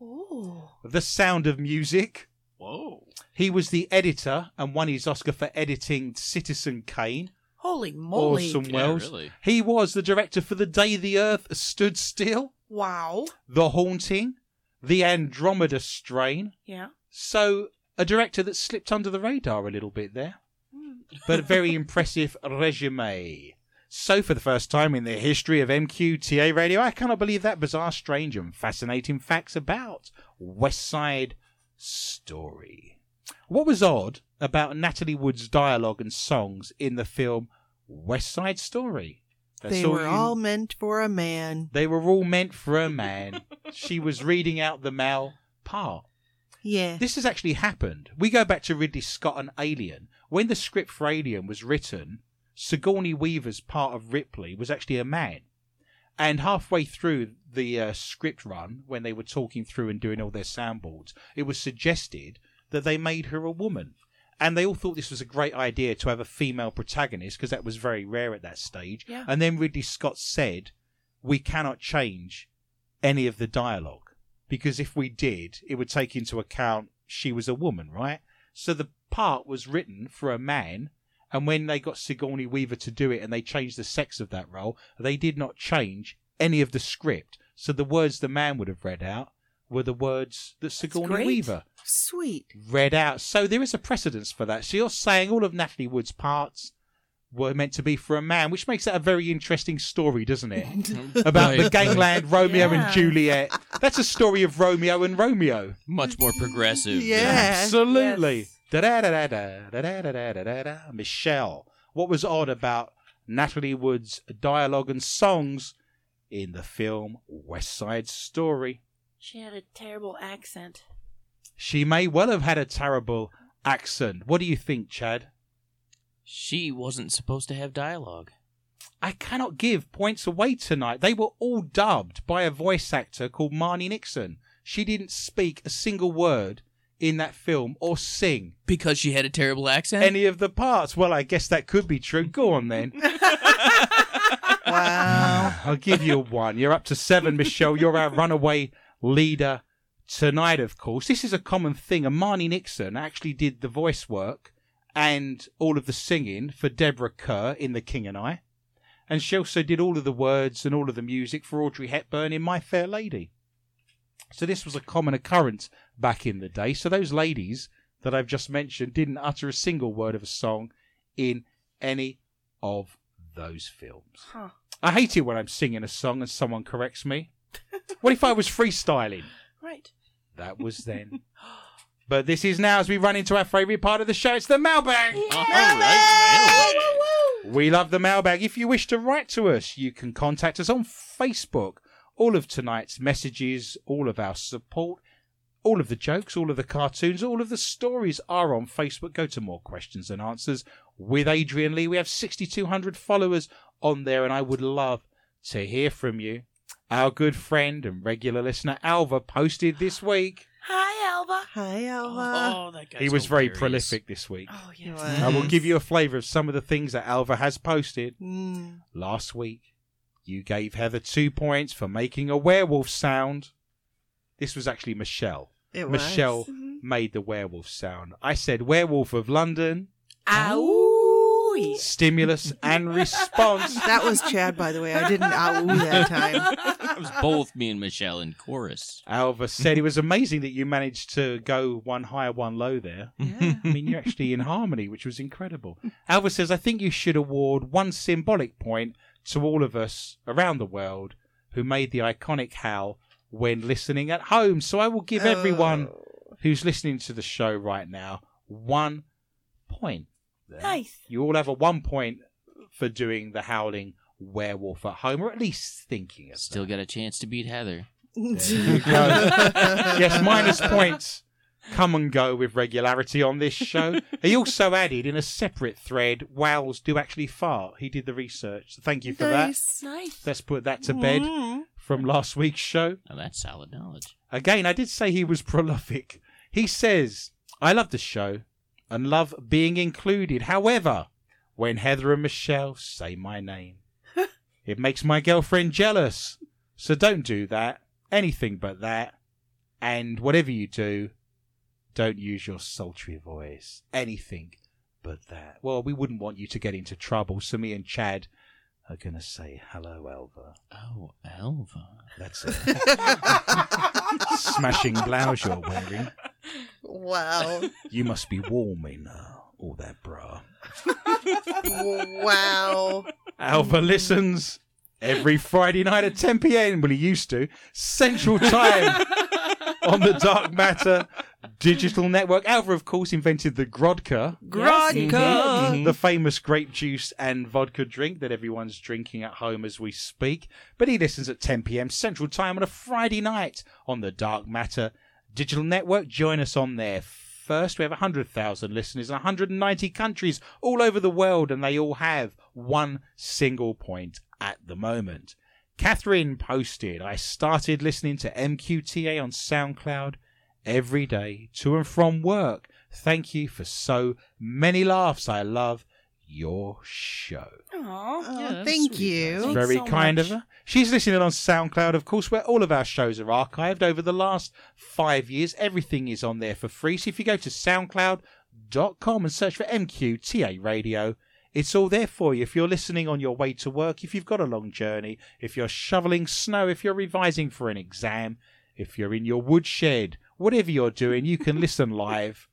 S7: Ooh.
S2: The Sound of Music.
S5: Whoa.
S2: He was the editor and won his Oscar for editing Citizen Kane.
S7: Holy moly.
S2: Orson
S5: Yeah,
S2: Welles.
S5: really.
S2: He was the director for The Day the Earth Stood Still,
S7: Wow.
S2: The Haunting, The Andromeda Strain.
S7: Yeah.
S2: So a director that slipped under the radar a little bit there. but a very impressive resume. So, for the first time in the history of MQTA radio, I cannot believe that bizarre, strange, and fascinating facts about West Side Story. What was odd about Natalie Wood's dialogue and songs in the film West Side Story? That's
S6: they were
S2: you-
S6: all meant for a man.
S2: they were all meant for a man. she was reading out the male part.
S6: Yeah.
S2: This has actually happened. We go back to Ridley Scott and Alien. When the script for Alien was written, Sigourney Weaver's part of Ripley was actually a man. And halfway through the uh, script run, when they were talking through and doing all their soundboards, it was suggested that they made her a woman. And they all thought this was a great idea to have a female protagonist because that was very rare at that stage.
S7: Yeah.
S2: And then Ridley Scott said, We cannot change any of the dialogue because if we did, it would take into account she was a woman, right? So the part was written for a man, and when they got Sigourney Weaver to do it and they changed the sex of that role, they did not change any of the script. So the words the man would have read out were the words that Sigourney
S7: great.
S2: Weaver
S6: Sweet.
S2: read out. So there is a precedence for that. So you're saying all of Natalie Wood's parts were meant to be for a man, which makes that a very interesting story, doesn't it? About the
S5: Right.
S2: gangland Romeo and
S7: Yeah.
S2: Juliet. That's a story of Romeo and Romeo.
S5: Much more progressive.
S6: Yeah.
S2: Absolutely.
S7: Yes.
S2: Da da da da da da da da da da. Michelle, what was odd about Natalie Wood's dialogue and songs in the film West Side Story?
S7: She had a terrible accent.
S2: She may well have had a terrible accent. What do you think, Chad?
S5: She wasn't supposed to have dialogue.
S2: I cannot give points away tonight. They were all dubbed by a voice actor called Marnie Nixon. She didn't speak a single word in that film or sing
S5: Because she had a terrible accent?
S2: any of the parts. Well, I guess that could be true. Go on then.
S6: Wow.
S2: I'll give you one. You're up to seven, Michelle. You're our runaway leader tonight, of course. This is a common thing. And Marnie Nixon actually did the voice work and all of the singing for Deborah Kerr in The King and I. And she also did all of the words and all of the music for Audrey Hepburn in My Fair Lady. So this was a common occurrence back in the day. So those ladies that I've just mentioned didn't utter a single word of a song in any of those films.
S7: Huh.
S2: I hate it when I'm singing a song and someone corrects me. What if I was freestyling?
S7: Right.
S2: That was then. But this is now as we run into our favourite part of the show. It's the mailbag.
S5: All right, mailbag.
S2: We love the mailbag. If you wish to write to us, you can contact us on Facebook. All of tonight's messages, all of our support, all of the jokes, all of the cartoons, all of the stories are on Facebook. Go to more questions and answers with Adrian Lee. We have 6,200 followers on there, and I would love to hear from you. Our good friend and regular listener Alva posted this week.
S7: Hi, Alva?
S6: Hi, Alva.
S3: Oh, that guy.
S2: He was very prolific this week.
S7: Oh, yes.
S2: I will
S6: Mhm.
S2: give you a flavour of some of the things that Alva has posted.
S6: Mm.
S2: Last week, you gave Heather two points for making a werewolf sound. This was actually Michelle.
S6: It was. Mm-hmm.
S2: Michelle
S7: Mhm.
S2: made the werewolf sound. I said werewolf of London,
S7: Ow.
S2: stimulus and response.
S6: That was Chad, by the way. I didn't ow that time.
S5: It was both me and Michelle in chorus.
S2: Alva said it was amazing that you managed to go one high, one low there. I mean, you're actually in harmony, which was incredible. Alva says, I think you should award one symbolic point to all of us around the world who made the iconic howl when listening at home. So I will give everyone who's listening to the show right now one point. there.
S7: Nice.
S2: You all have a one point for doing the howling werewolf at home, or at least thinking of
S5: Still got a chance to beat Heather.
S2: There you go. yes, minus points come and go with regularity on this show. he also added in a separate thread, "Wows do actually fart." He did the research. So thank you for
S6: Nice.
S7: Nice.
S2: that. Let's put that to bed
S6: Mm.
S2: from last week's show.
S5: Now that's solid knowledge.
S2: Again, I did say he was prolific. He says, I love the show and love being included. However, when Heather and Michelle say my name, it makes my girlfriend jealous. So don't do that. Anything but that. And whatever you do, don't use your sultry voice. Anything but that. Well, we wouldn't want you to get into trouble, so me and Chad are going to say hello, Elva.
S5: Oh, Elva.
S2: That's it. smashing blouse you're wearing.
S6: Wow.
S2: You must be warm in uh, all that bra.
S6: Wow.
S2: Alva listens every Friday night at 10 p.m. Well, he used to. Central Time on the Dark Matter Digital Network. Alva, of course, invented the Grodka,
S6: Grodka.
S2: the famous grape juice and vodka drink that everyone's drinking at home as we speak. But he listens at 10 p.m. Central Time on a Friday night on the Dark Matter Digital Network. Join us on there. First, we have 100,000 listeners in 190 countries all over the world, and they all have one single point at the moment. Catherine posted, I started listening to MQTA on SoundCloud every day to and from work. Thank you for so many laughs. I love your show.
S7: Aw.
S6: Oh,
S5: Yeah, that's
S6: thank
S5: sweet.
S6: you.
S7: Thanks
S2: Very
S7: so
S2: kind
S7: much.
S2: of her. She's listening on SoundCloud, of course, where all of our shows are archived over the last five years. Everything is on there for free. So if you go to soundcloud.com and search for MQTA Radio, it's all there for you. If you're listening on your way to work, if you've got a long journey, if you're shoveling snow, if you're revising for an exam, if you're in your woodshed, whatever you're doing, you can listen live.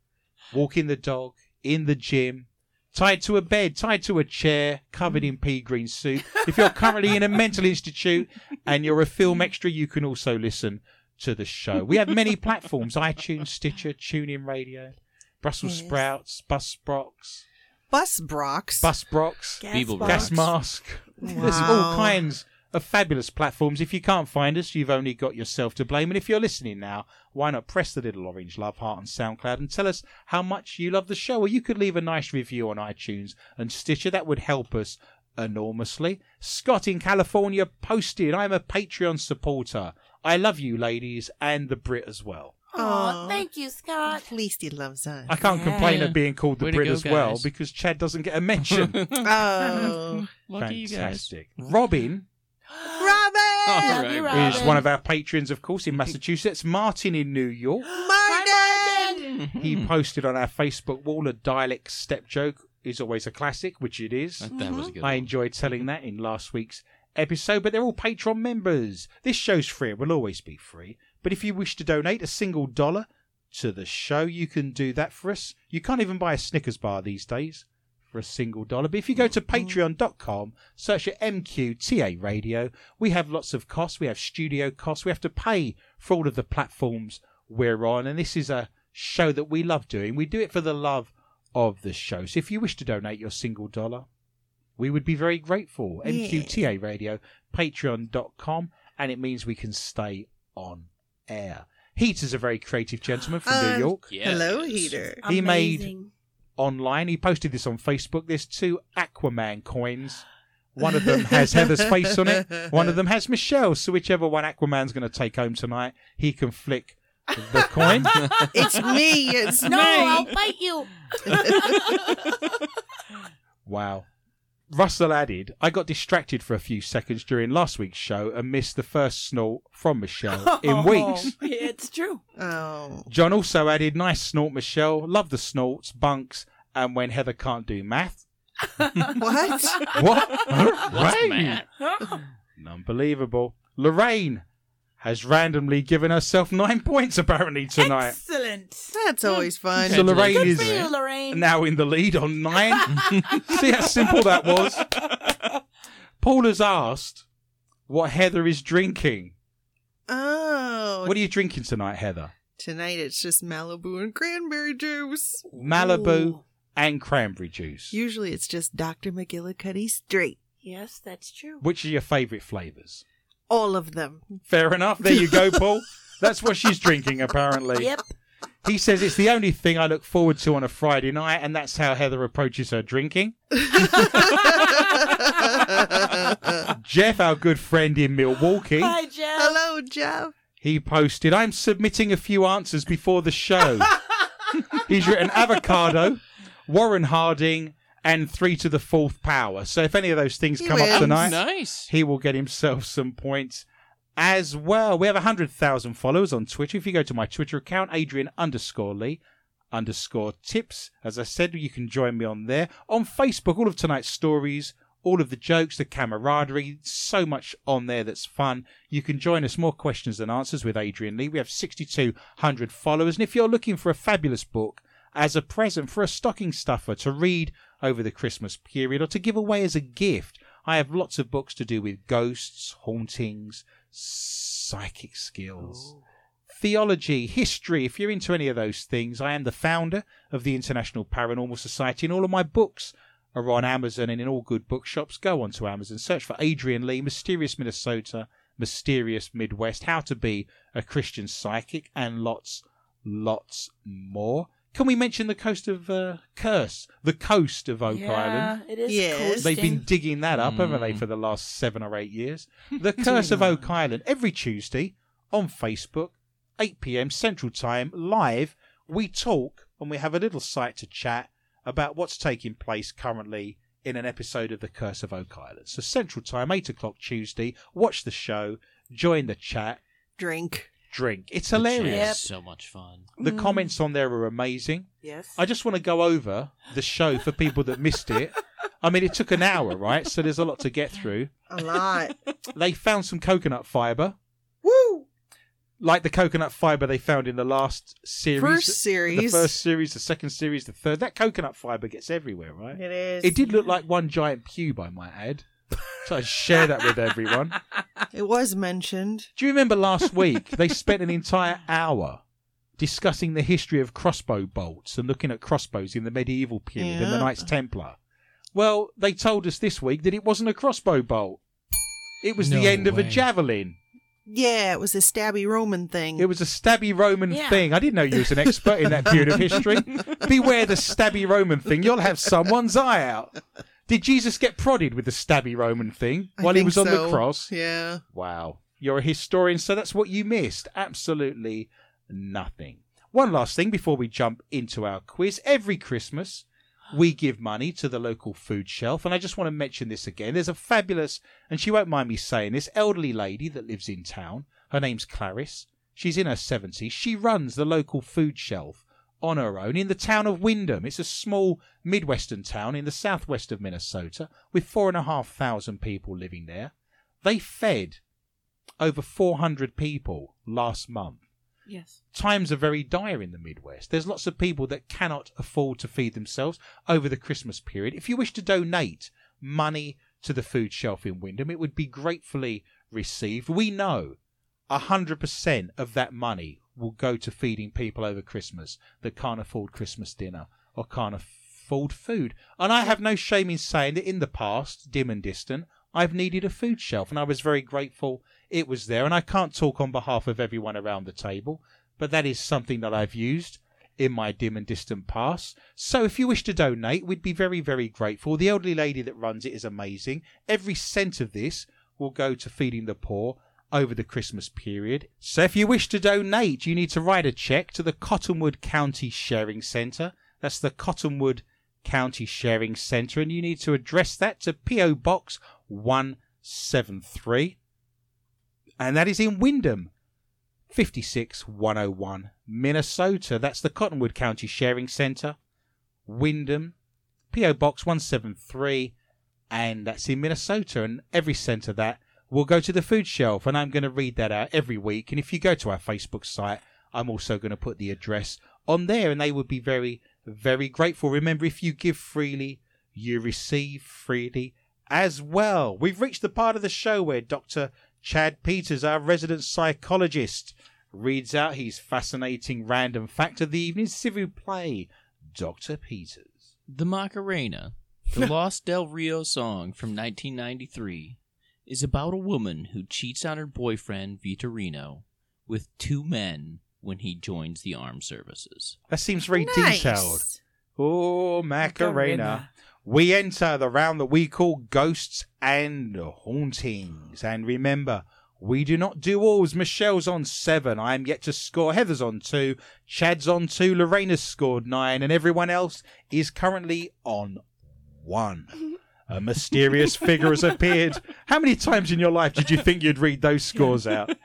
S2: Walking the dog, in the gym, tied to a bed, tied to a chair, covered in pea green soup. If you're currently in a mental institute and you're a film extra, you can also listen to the show. We have many platforms iTunes, Stitcher, TuneIn Radio, Brussels
S6: Yes.
S2: Sprouts, Bus Sprocks,
S6: Bus Brox.
S2: Bus Brocks,
S7: Gas
S5: Beeble
S7: box.
S2: Gas Mask. There's all
S6: Wow.
S2: kinds of fabulous platforms. If you can't find us, you've only got yourself to blame. And if you're listening now, why not press the little orange love heart on SoundCloud and tell us how much you love the show? Or you could leave a nice review on iTunes and Stitcher. That would help us enormously. Scott in California posted, I'm a Patreon supporter. I love you, ladies, and the Brit as well.
S7: Aw,
S6: Aw.
S7: thank you, Scott.
S6: At least he loves us.
S2: I can't complain
S5: Yeah.
S2: of being called the
S5: Way to
S2: Brit
S5: go,
S2: as well
S5: guys.
S2: because Chad doesn't get a mention.
S6: Oh.
S5: Lucky
S2: Fantastic. Robin
S6: Robin!
S5: All
S7: Love you,
S5: right,
S2: is
S7: Robin.
S2: one of our patrons, of course, in Massachusetts. Martin in New York.
S7: Bye,
S6: Martin!
S7: Brandon.
S5: you.
S2: He posted on our Facebook wall a dialect step joke is always a classic, which it is.
S5: That, that was a good
S2: I
S5: one.
S2: enjoyed telling that in last week's episode, but they're all Patreon members. This show's free, it will always be free. But if you wish to donate a single dollar to the show, you can do that for us. You can't even buy a Snickers bar these days for a single dollar. But if you go to patreon.com, search at MQTA Radio, we have lots of costs. We have studio costs. We have to pay for all of the platforms we're on. And this is a show that we love doing. We do it for the love of the show. So if you wish to donate your single dollar, we would be very grateful.
S6: Yeah.
S2: MQTA Radio, patreon.com, and it means we can stay on air. Heater's a very creative gentleman from
S6: Uh,
S2: New York
S5: Yeah.
S6: Hello, Heater.
S2: He made-
S7: Amazing.
S2: online. He posted this on Facebook. There's two Aquaman coins. One of them has Heather's face on it. One of them has Michelle's. So whichever one Aquaman's going to take home tonight, he can flick The coin?
S6: It's me. It's
S7: No, I'll bite you.
S2: Wow. Russell added, I got distracted for a few seconds during last week's show and missed the first snort from Michelle in weeks.
S7: Oh, It's true.
S6: Oh.
S2: John also added, nice snort, Michelle. Love the snorts, bunks, and when Heather can't do math.
S6: What?
S2: What? Huh?
S5: What's
S2: Lorraine?
S5: Matt?
S2: Unbelievable. Lorraine has randomly given herself nine points apparently tonight.
S7: Excellent. Hmm.
S6: That's always fun.
S2: So Lorraine
S7: Good
S2: is
S7: for you, Lorraine.
S2: now in the lead on nine. See how simple that was. Paul has asked what Heather is drinking.
S6: Oh.
S2: What are you drinking tonight, Heather?
S6: Tonight it's just Malibu and cranberry juice.
S2: Malibu
S7: Ooh.
S2: and cranberry juice.
S6: Usually it's just Dr. McGillicuddy straight.
S7: Yes, that's true.
S2: Which are your favourite flavours?
S6: All of them.
S2: Fair enough. There you go, Paul. That's what she's drinking, apparently.
S7: Yep.
S2: He says it's the only thing I look forward to on a Friday night, and that's how Heather approaches her drinking. Jeff, our good friend in Milwaukee,
S7: Hi, Jeff.
S6: Hello, Jeff.
S2: he posted, I'm submitting a few answers before the show. He's written avocado, Warren Harding, and three to the fourth power. So if any of those things
S6: He
S2: come up
S6: wins.
S2: tonight,
S5: Nice.
S2: he will get himself some points as well. We have 100,000 followers on Twitter. If you go to my Twitter account, Adrian underscore Lee underscore tips, as I said, you can join me on there. On Facebook, all of tonight's stories, all of the jokes, the camaraderie, so much on there that's fun. You can join us more questions than answers with Adrian Lee. We have 6,200 followers. And if you're looking for a fabulous book, as a present for a stocking stuffer to read over the Christmas period or to give away as a gift. I have lots of books to do with ghosts, hauntings, psychic skills, theology, history. If you're into any of those things, I am the founder of the International Paranormal Society, and all of my books are on Amazon and in all good bookshops. Go onto Amazon, search for Adrian Lee, Mysterious Minnesota, Mysterious Midwest, How to Be a Christian Psychic, and lots lots more. Can we mention the coast of uh, Curse, the coast of Oak Island?
S7: yeah, it is
S6: Yes.
S7: coasting.
S2: They've been digging that up, haven't they,
S5: Mm.
S2: for the last seven or eight years? The Curse of Oak Island, every Tuesday on Facebook, 8 p.m. Central Time, live. We talk and we have a little site to chat about what's taking place currently in an episode of The Curse of Oak Island. So, Central Time, 8 o'clock Tuesday, watch the show, join the chat,
S6: Drink.
S2: drink. It's
S5: The jazz
S2: hilarious.
S5: is So much fun.
S2: The comments on there are amazing.
S7: Yes.
S2: I just want to go over the show for people that missed it. I mean, it took an hour, right? So there's a lot to get through.
S6: A lot.
S2: They found some coconut fiber,
S7: Woo!
S2: like the coconut fiber they found in the last series.
S6: First
S2: The
S6: series.
S2: first series, the second series, the third. That coconut fiber gets everywhere, right?
S6: It is.
S2: It did look like one giant pube, I might add. So I share that with everyone.
S6: It was mentioned.
S2: Do you remember last week they spent an entire hour discussing the history of crossbow bolts and looking at crossbows in the medieval period and the
S6: Yeah.
S2: Knights Templar? Well, they told us this week that it wasn't a crossbow bolt. It was the
S5: No
S2: end of a
S5: way.
S2: javelin.
S6: Yeah, it was a stabby Roman thing.
S2: It was a stabby Roman
S7: Yeah.
S2: thing. I didn't know you was an expert in that period of history. Beware the stabby Roman thing. You'll have someone's eye out. Did Jesus get prodded with the stabby Roman thing
S6: I
S2: while he
S6: think
S2: was on the
S6: so.
S2: cross?
S6: Yeah.
S2: Wow. You're a historian, so that's what you missed. Absolutely nothing. One last thing before we jump into our quiz. Every Christmas, we give money to the local food shelf. And I just want to mention this again. There's a fabulous, and she won't mind me saying this, elderly lady that lives in town. Her name's Clarice. She's in her 70s. She runs the local food shelf on her own in the town of Wyndham. It's a small Midwestern town in the southwest of Minnesota with four and a half thousand people living there. They fed over 400 people last month.
S7: Yes.
S2: Times are very dire in the Midwest. There's lots of people that cannot afford to feed themselves over the Christmas period. If you wish to donate money to the food shelf in Wyndham, it would be gratefully received. We know 100% of that money will go to feeding people over Christmas that can't afford Christmas dinner or can't afford food. And I have no shame in saying that in the past, dim and distant, I've needed a food shelf and I was very grateful it was there. And I can't talk on behalf of everyone around the table, but that is something that I've used in my dim and distant past. So if you wish to donate, we'd be very, very grateful. The elderly lady that runs it is amazing. Every cent of this will go to feeding the poor over the Christmas period. So if you wish to donate, you need to write a check to the Cottonwood County Sharing Centre. That's the Cottonwood County Sharing Centre, and you need to address that to P.O. Box 173, and that is in Wyndham, 56101, Minnesota. That's the Cottonwood County Sharing Centre, Wyndham, P.O. Box 173, and that's in Minnesota. And every cent of that will go to the food shelf, and I'm going to read that out every week. And if you go to our Facebook site, I'm also going to put the address on there, and they would be very, very grateful. Remember, if you give freely, you receive freely as well. We've reached the part of the show where Dr. Chad Peters, our resident psychologist, reads out his fascinating random fact of the evening. Civil play, Dr. Peters.
S5: The Macarena, the Lost Del Rio song from 1993, is about a woman who cheats on her boyfriend Vitorino with two men when he joins the armed services.
S2: That seems very
S7: Nice.
S2: detailed. Oh, Macarena. We enter the round that we call ghosts and hauntings. And remember, we do not do alls. Michelle's on seven. I am yet to score. Heather's on two. Chad's on two. Lorena's scored nine. And everyone else is currently on one. A mysterious figure has appeared. How many times in your life did you think you'd read those scores out?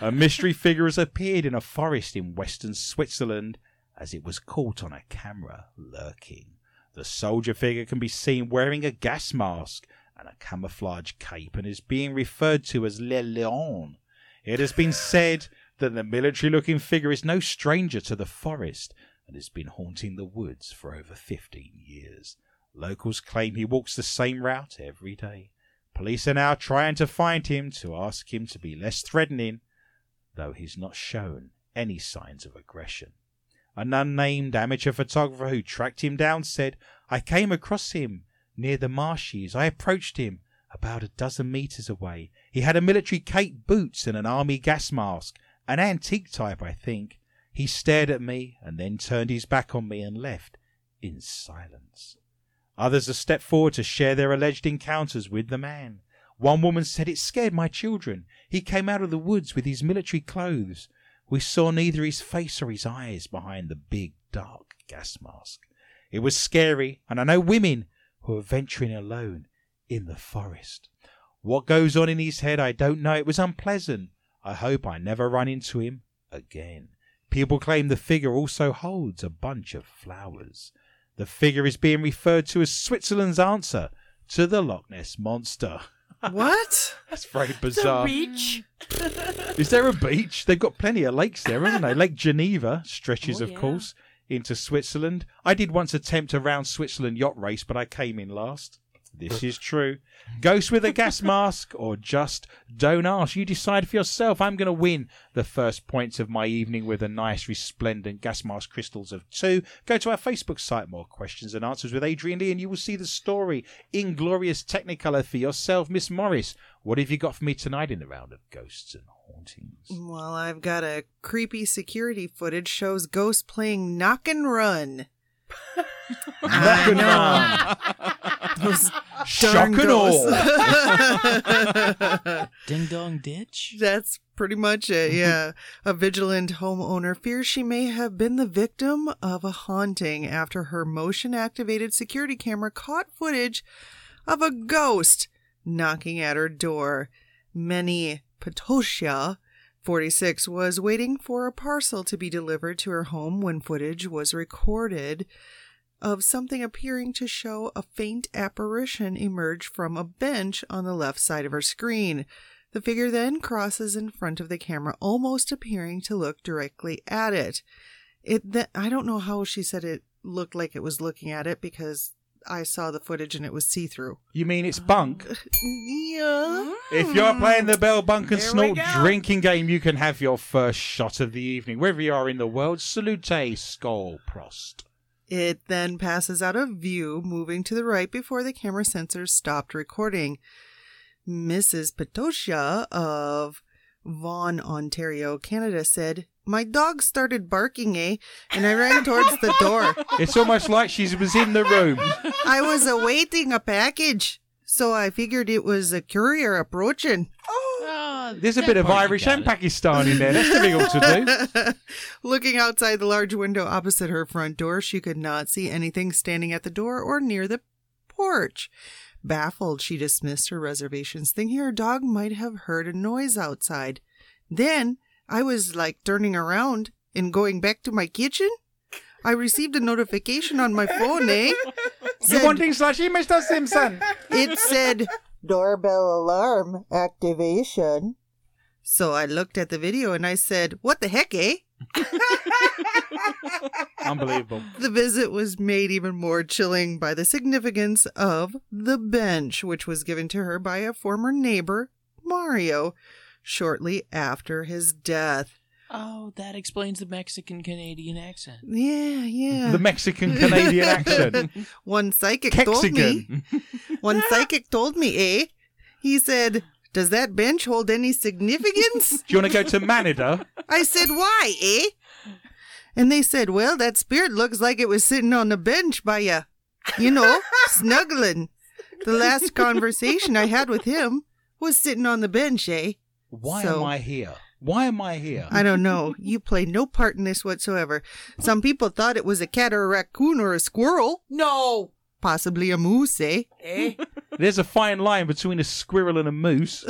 S2: A mystery figure has appeared in a forest in western Switzerland as it was caught on a camera lurking. The soldier figure can be seen wearing a gas mask and a camouflage cape and is being referred to as Le Lion. It has been said that the military looking figure is no stranger to the forest and has been haunting the woods for over 15 years. Locals claim he walks the same route every day. Police are now trying to find him to ask him to be less threatening, though he's not shown any signs of aggression. An unnamed amateur photographer who tracked him down said, I came across him near the marshes. I approached him about a dozen meters away. He had a military cape, boots, and an army gas mask, an antique type, I think. He stared at me and then turned his back on me and left in silence. Others have stepped forward to share their alleged encounters with the man. One woman said, It scared my children. He came out of the woods with his military clothes. We saw neither his face or his eyes behind the big, dark gas mask. It was scary, and I know women who are venturing alone in the forest. What goes on in his head, I don't know. It was unpleasant. I hope I never run into him again. People claim the figure also holds a bunch of flowers. The figure is being referred to as Switzerland's answer to the Loch Ness Monster.
S6: What?
S2: That's very
S7: The
S2: bizarre.
S5: Mm.
S7: reach.
S2: Is there a beach? They've got plenty of lakes there, haven't they? Lake Geneva stretches,
S7: Oh,
S2: of
S7: yeah.
S2: course, into Switzerland. I did once attempt a round Switzerland yacht race, but I came in last. This is true. Ghost with a gas mask or just don't ask. You decide for yourself. I'm going to win the first points of my evening with a nice resplendent gas mask crystals of two. Go to our Facebook site, more questions and answers with Adrian Lee, and you will see the story in glorious Technicolor for yourself. Miss Morris, what have you got for me tonight in the round of ghosts and hauntings?
S6: Well, I've got a creepy security footage shows ghosts playing knock and run.
S2: Knock and
S6: I Those
S2: run. Shock
S6: darn
S2: and awe.
S6: ghosts.
S5: Ding dong ditch.
S6: That's pretty much it. Yeah. a vigilant homeowner fears she may have been the victim of a haunting after her motion activated security camera caught footage of a ghost knocking at her door. Many Patosia 46 was waiting for a parcel to be delivered to her home when footage was recorded of something appearing to show a faint apparition emerge from a bench on the left side of her screen. The figure then crosses in front of the camera, almost appearing to look directly at it. It th- I don't know how she said it looked like it was looking at it because I saw the footage and it was see through.
S2: You mean it's bunk?
S6: Yeah.
S2: If you're playing the Bell Bunk and
S7: Here we
S2: Snort
S7: go.
S2: drinking game, you can have your first shot of the evening. Wherever you are in the world, salute, skull, prost.
S6: It then passes out of view, moving to the right before the camera sensor stopped recording. Mrs. Patosia of Vaughan, Ontario, Canada said, My dog started barking, eh? And I ran towards the door.
S2: It's almost like she was in the room.
S6: I was awaiting a package, so I figured it was a courier approaching.
S5: Oh, Uh,
S2: There's a
S5: that
S2: bit of
S5: part you
S2: Irish
S5: got
S2: and
S5: it.
S2: Pakistan in there. That's difficult to do.
S6: Looking outside the large window opposite her front door, she could not see anything standing at the door or near the porch. Baffled, she dismissed her reservations, thinking her dog might have heard a noise outside. Then I was like turning around and going back to my kitchen. I received a notification on my phone, eh?
S2: You
S6: Said-
S2: wanting slushy, Mr. Simpson?
S6: it said doorbell alarm activation. So I looked at the video and I said, What the heck, eh?
S2: Unbelievable.
S6: The visit was made even more chilling by the significance of the bench, which was given to her by a former neighbor, Mario, shortly after his death.
S5: Oh, that explains the Mexican Canadian accent.
S6: Yeah, yeah.
S2: The Mexican Canadian accent.
S6: One psychic told me.
S2: Kexican.
S6: One psychic told me, eh? He said, Does that bench hold any significance?
S2: Do you want to go to Manida?
S6: I said, why, eh? And they said, well, that spirit looks like it was sitting on the bench by ya, you know, snuggling. The last conversation I had with him was sitting on the bench, eh?
S2: Why
S6: So-
S2: am I here? Why am I here?
S6: I don't know. You play no part in this whatsoever. Some people thought it was a cat or a raccoon or a squirrel,
S7: No.
S6: possibly a moose, eh?
S7: Eh?
S2: There's a fine line between a squirrel and a moose.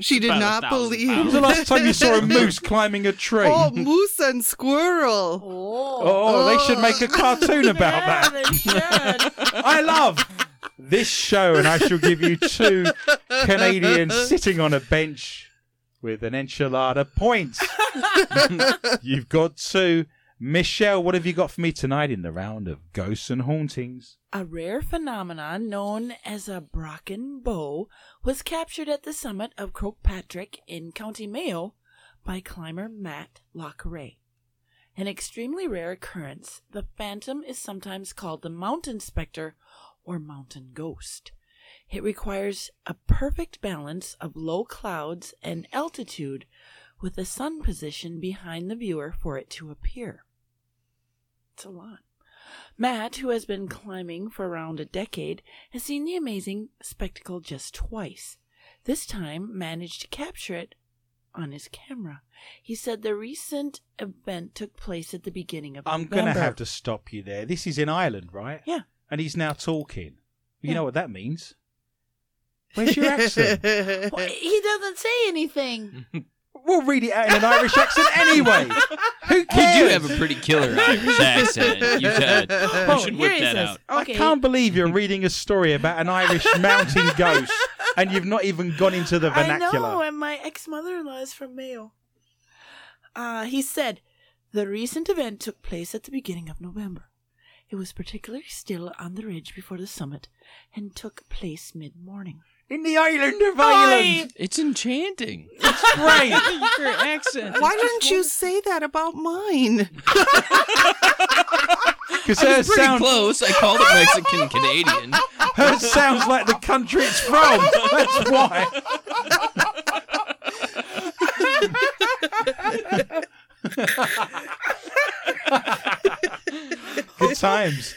S6: she did
S5: About a
S6: not
S5: thousand
S6: believe.
S2: When was the last time you saw a moose climbing a tree?
S6: Oh, moose and squirrel.
S7: Oh.
S2: Oh, they should make a cartoon about that.
S7: They should.
S2: I love this show, and I shall give you two Canadians sitting on a bench with an enchilada point. You've got two. Michelle, what have you got for me tonight in the round of ghosts and hauntings?
S7: A rare phenomenon known as a Brocken bow was captured at the summit of Croagh in County Mayo by climber Matt Lockray. An extremely rare occurrence, the phantom is sometimes called the mountain specter or mountain ghost. It requires a perfect balance of low clouds and altitude with the sun position behind the viewer for it to appear. It's a lot. Matt, who has been climbing for around a decade, has seen the amazing spectacle just twice. This time, managed to capture it on his camera. He said the recent event took place at the beginning of
S2: I'm going
S7: November.
S2: to have to stop you there. This is in Ireland, right?
S7: Yeah.
S2: And he's now talking. You
S7: Yeah.
S2: know what that means? Where's your accent?
S7: Well, he doesn't say anything.
S2: we'll read it out in an Irish accent anyway. Who
S5: You
S2: cares?
S5: do have a pretty killer Irish accent. You, did. you
S7: Oh,
S5: should
S7: here
S5: whip
S7: he
S5: that
S7: says,
S5: out.
S7: Okay.
S2: I can't believe you're reading a story about an Irish mountain ghost and you've not even gone into the vernacular.
S7: I know, and my ex mother in law is from Mayo. Uh, he said the recent event took place at the beginning of November. It was particularly still on the ridge before the summit and took place mid morning.
S2: In the island of Ireland.
S5: It's enchanting.
S2: It's great.
S5: Your accent.
S6: Why didn't you say that about mine?
S2: Because
S5: I
S2: her,
S5: was pretty
S2: sound,
S5: close. I called it Mexican Canadian.
S2: her sounds like the country it's from. That's why. Good times.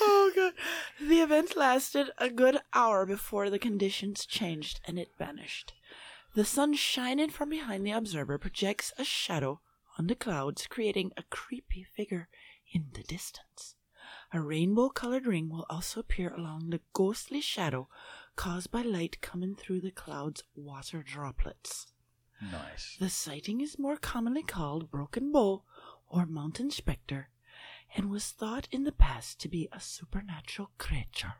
S7: Oh, God. The event lasted a good hour before the conditions changed and it vanished. The sun shining from behind the observer projects a shadow on the clouds, creating a creepy figure in the distance. A rainbow colored ring will also appear along the ghostly shadow caused by light coming through the clouds' water droplets.
S2: Nice.
S7: The sighting is more commonly called broken bow or mountain specter and was thought in the past to be a supernatural creature.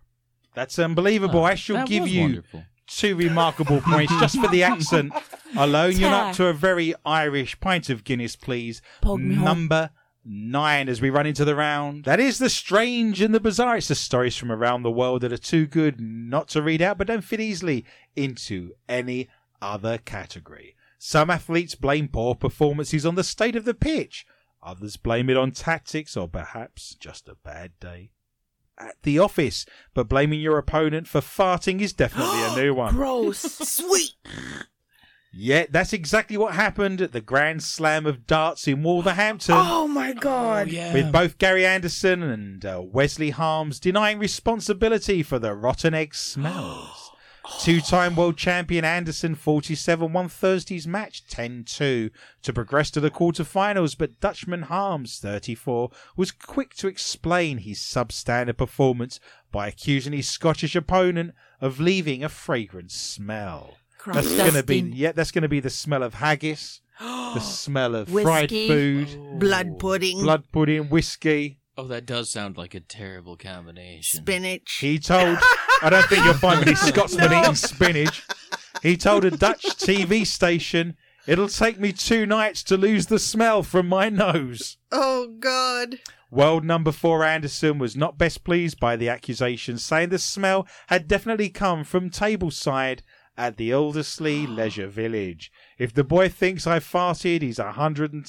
S2: That's unbelievable. I shall
S5: That
S2: give
S5: was
S2: you
S5: wonderful.
S2: two remarkable points just for the accent alone. You're up to a very Irish pint of Guinness, please.
S7: Pog me home.
S2: Number nine as we run into the round. That is the strange and the bizarre. It's the stories from around the world that are too good not to read out, but don't fit easily into any other category. Some athletes blame poor performances on the state of the pitch. Others blame it on tactics or perhaps just a bad day at the office. But blaming your opponent for farting is definitely a new one.
S7: Gross.
S6: Sweet.
S2: Yeah, that's exactly what happened at the Grand Slam of Darts in Wolverhampton.
S7: oh my
S5: Oh,
S7: god.
S5: yeah.
S2: With both Gary Anderson and uh, Wesley Harms denying responsibility for the rotten egg smells. Two time world champion Anderson 47 won Thursday's match 10 2 to progress to the quarterfinals, but Dutchman Harms 34 was quick to explain his substandard performance by accusing his Scottish opponent of leaving a fragrant smell.
S7: Crop
S2: that's going to be
S7: dusting.
S2: yeah, that's going to be the smell of haggis, the smell of fried
S7: Whiskey.
S2: food,
S6: Blood pudding,
S2: blood pudding, whiskey.
S5: Oh, that does sound like a terrible combination.
S6: spinach.
S2: He told, I don't think you'll find many Scotsmen eating spinach. He told a Dutch TV station, It'll take me two nights to lose the smell from my nose.
S6: Oh God!
S2: World number four Anderson was not best pleased by the accusation, saying the smell had definitely come from tableside at the Aldersley Leisure Village. If the boy thinks I farted, he's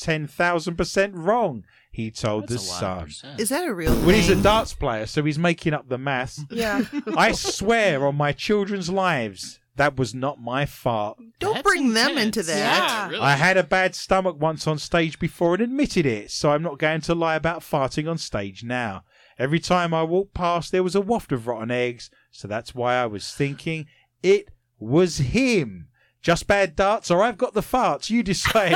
S2: 110,000% wrong, he told
S5: That's
S2: the
S5: a lot of
S2: Sun.
S5: percent.
S6: Is that a real?
S2: Well, he's a
S6: thing?
S2: darts player, so he's making up the maths.
S6: Yeah.
S2: I swear on my children's lives, that was not my fart.
S6: Don't
S5: That's
S6: bring them
S5: intense.
S6: into that.
S5: Yeah, really.
S2: I had a bad stomach once on stage before and admitted it, so I'm not going to lie about farting on stage now. Every time I walked past, there was a waft of rotten eggs, so that's why I was thinking it was him. Just bad darts, or I've got the farts. You decide.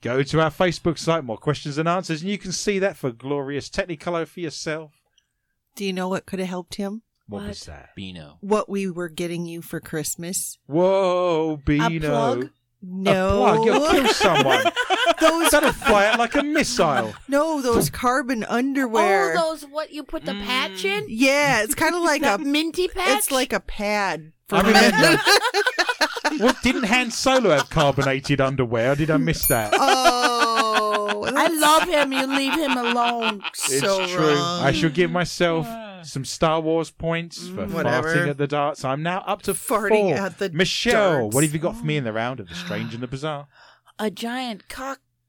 S2: Go to our Facebook site, more questions and answers, and you can see that for glorious Technicolor for yourself.
S6: Do you know what could have helped him?
S2: What,
S7: What?
S2: was that?
S5: Bino.
S6: What we were getting you for Christmas?
S2: Whoa, Beano.
S7: plug?
S6: No.
S2: A plug. You'll kill someone.
S6: those
S2: That'll fly out like a missile.
S6: no, those carbon underwear.
S7: Oh, those what you put the patch
S6: Mm,
S7: in?
S6: yeah, it's kind of like
S7: that
S6: a.
S7: minty patch.
S6: It's like a pad for
S2: I
S6: men.
S2: remember. what didn't Han Solo have carbonated underwear? Or did I miss that?
S6: Oh,
S7: I
S6: that's
S7: love him. You leave him alone.
S2: it's
S6: so
S2: true.
S6: wrong. Mm,
S2: I should give myself some Star Wars points for
S6: Whatever.
S2: farting at the darts. I'm now up to
S6: Farting
S2: four.
S6: at the
S2: Michelle,
S6: darts.
S2: what have you got for me in the round of the strange and the bizarre?
S7: A giant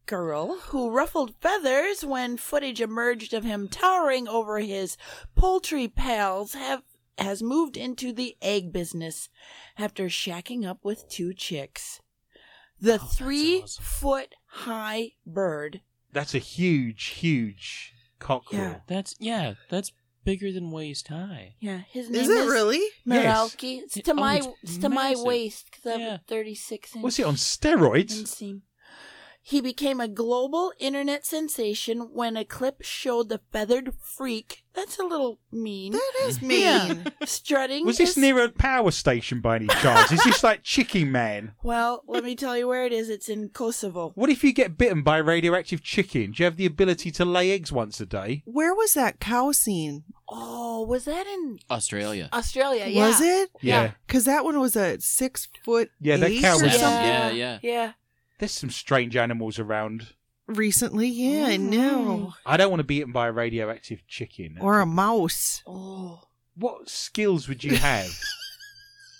S7: cockerel who ruffled feathers when footage emerged of him towering over his poultry pals have has moved into the egg business after shacking up with two chicks. The
S5: that's
S7: three
S5: awesome.
S7: foot high bird.
S2: That's a huge, huge cockerel.
S7: Yeah.
S5: That's yeah. That's bigger than waist high.
S7: Yeah, his name
S6: Is
S7: is,
S6: it really?
S2: Yes.
S7: Meralki. It's
S5: It-
S7: to
S5: oh,
S7: my
S5: it's
S7: it's to my
S5: massive.
S7: waist because I'm
S5: Yeah.
S7: 36 inches.
S2: Was it on steroids?
S7: inseam. He became a global internet sensation when a clip showed the feathered freak. That's a little mean.
S6: That is mean.
S7: Yeah. strutting.
S2: Was this
S7: his-
S2: near a power station by any chance? Is this like Chicken Man?
S7: Well, let me tell you where it is. It's in Kosovo.
S2: What if you get bitten by radioactive chicken? Do you have the ability to lay eggs once a day?
S6: Where was that cow scene?
S7: Oh, was that in
S5: Australia.
S7: Australia? Yeah.
S6: Was it?
S2: Yeah.
S6: Because that one was a six foot.
S2: Yeah, that
S6: eight
S2: cow
S6: or
S2: was-
S5: yeah,
S6: something.
S5: yeah,
S7: Yeah.
S5: yeah.
S7: Yeah.
S2: There's some strange animals around.
S6: Recently, yeah, I know.
S2: I don't want to be eaten by a radioactive chicken.
S6: Or a mouse.
S7: Oh.
S2: what skills would you have?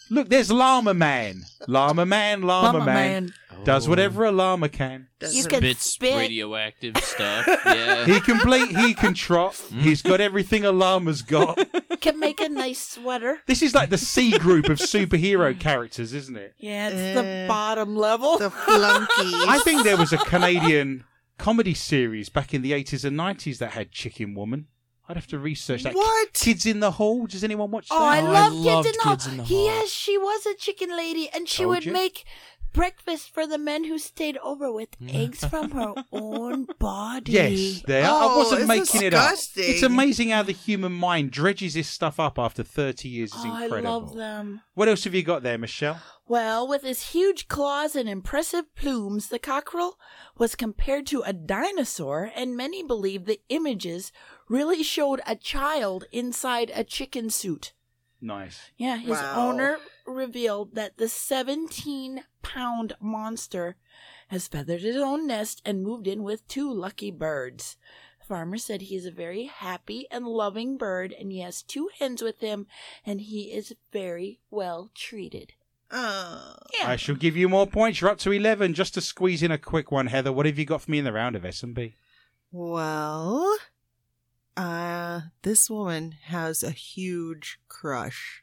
S2: Look, there's Llama Man. Llama Man, Llama,
S7: Llama
S2: man, does whatever a llama can.
S7: You
S6: Doesn't-
S7: can
S5: Bits
S7: spit.
S5: radioactive stuff. Yeah.
S2: He can blink, he can trot. He's got everything a llama's got.
S7: Can make a nice sweater.
S2: This is like the C group of superhero characters, isn't it?
S7: Yeah, it's the
S6: Eh,
S7: bottom level.
S6: the flunky.
S2: I think there was a Canadian comedy series back in the 80s and 90s that had Chicken Woman. I'd have to research that.
S6: What?
S2: Kids in the Hall? Does anyone watch that?
S7: Oh, I
S5: Oh, I
S7: love
S5: loved
S7: Kids in the
S5: Kids in the
S7: Hall.
S5: Hall.
S7: Yes, she was a chicken lady, and she
S2: Told
S7: would
S2: you.
S7: make breakfast for the men who stayed over with eggs from her own body.
S2: Mm. Yes, there. I
S6: Oh,
S2: wasn't
S6: it's
S2: making it up.
S6: disgusting.
S2: It's amazing how the human mind dredges this stuff up after 30 years. It's
S7: Oh, I
S2: incredible.
S7: love them.
S2: What else have you got there, Michelle?
S7: Well, with his huge claws and impressive plumes, the cockerel was compared to a dinosaur, and many believe the images really showed a child inside a chicken suit.
S2: Nice.
S7: Yeah, his
S6: Wow.
S7: owner revealed that the 17 pound monster has feathered his own nest and moved in with two lucky birds. The farmer said he is a very happy and loving bird and he has two hens with him and he is very well treated.
S6: Uh,
S7: Yeah.
S2: I shall give you more points. You're up to 11. Just to squeeze in a quick one, Heather. What have you got for me in the round of S&B?
S6: well, uh, this woman has a huge crush,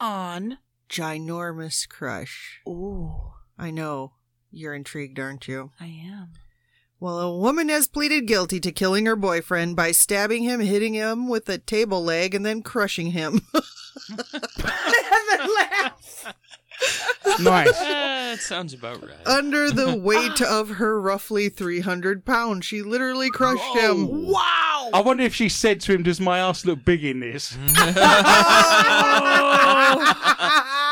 S7: On.
S6: ginormous crush.
S7: Ooh,
S6: I know you're intrigued, aren't you?
S7: I am.
S6: Well, a woman has pleaded guilty to killing her boyfriend by stabbing him, hitting him with a table leg, and then crushing him. and then
S4: laughs.
S2: Nice.
S5: Eh, it sounds about right.
S6: Under the weight of her roughly 300 pounds, she literally crushed him.
S7: Oh.
S4: Wow.
S2: I wonder if she said to him, "Does my ass look big in this?"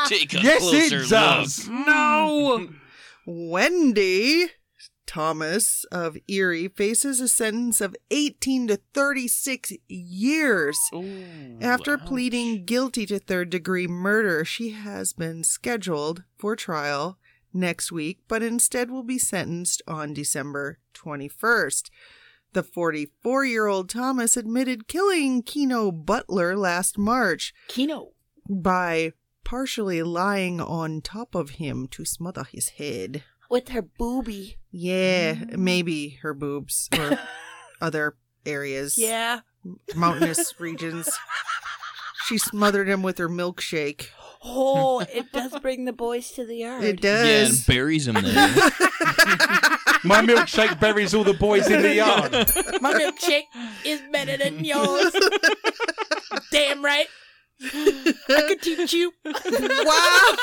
S5: Take a
S2: yes,
S5: closer
S2: it does.
S3: No.
S6: Wendy Thomas of Erie faces a sentence of 18 to 36 years.
S5: look.
S6: After
S5: Ouch.
S6: pleading guilty to third degree murder, she has been scheduled for trial next week, but instead will be sentenced on December 21st. The 44 year old Thomas admitted killing Keno Butler last March
S7: Kino.
S6: by partially lying on top of him to smother his head.
S7: With her booby.
S6: Yeah, maybe her boobs or other areas
S7: Yeah.
S6: mountainous regions. She smothered him with her milkshake.
S7: Oh, it does bring the boys to the yard.
S6: It
S5: Yeah, and
S6: does.
S5: buries him there.
S2: My milkshake buries all the boys in the yard.
S7: My milkshake is better than yours. Damn right. I could teach you.
S6: wow.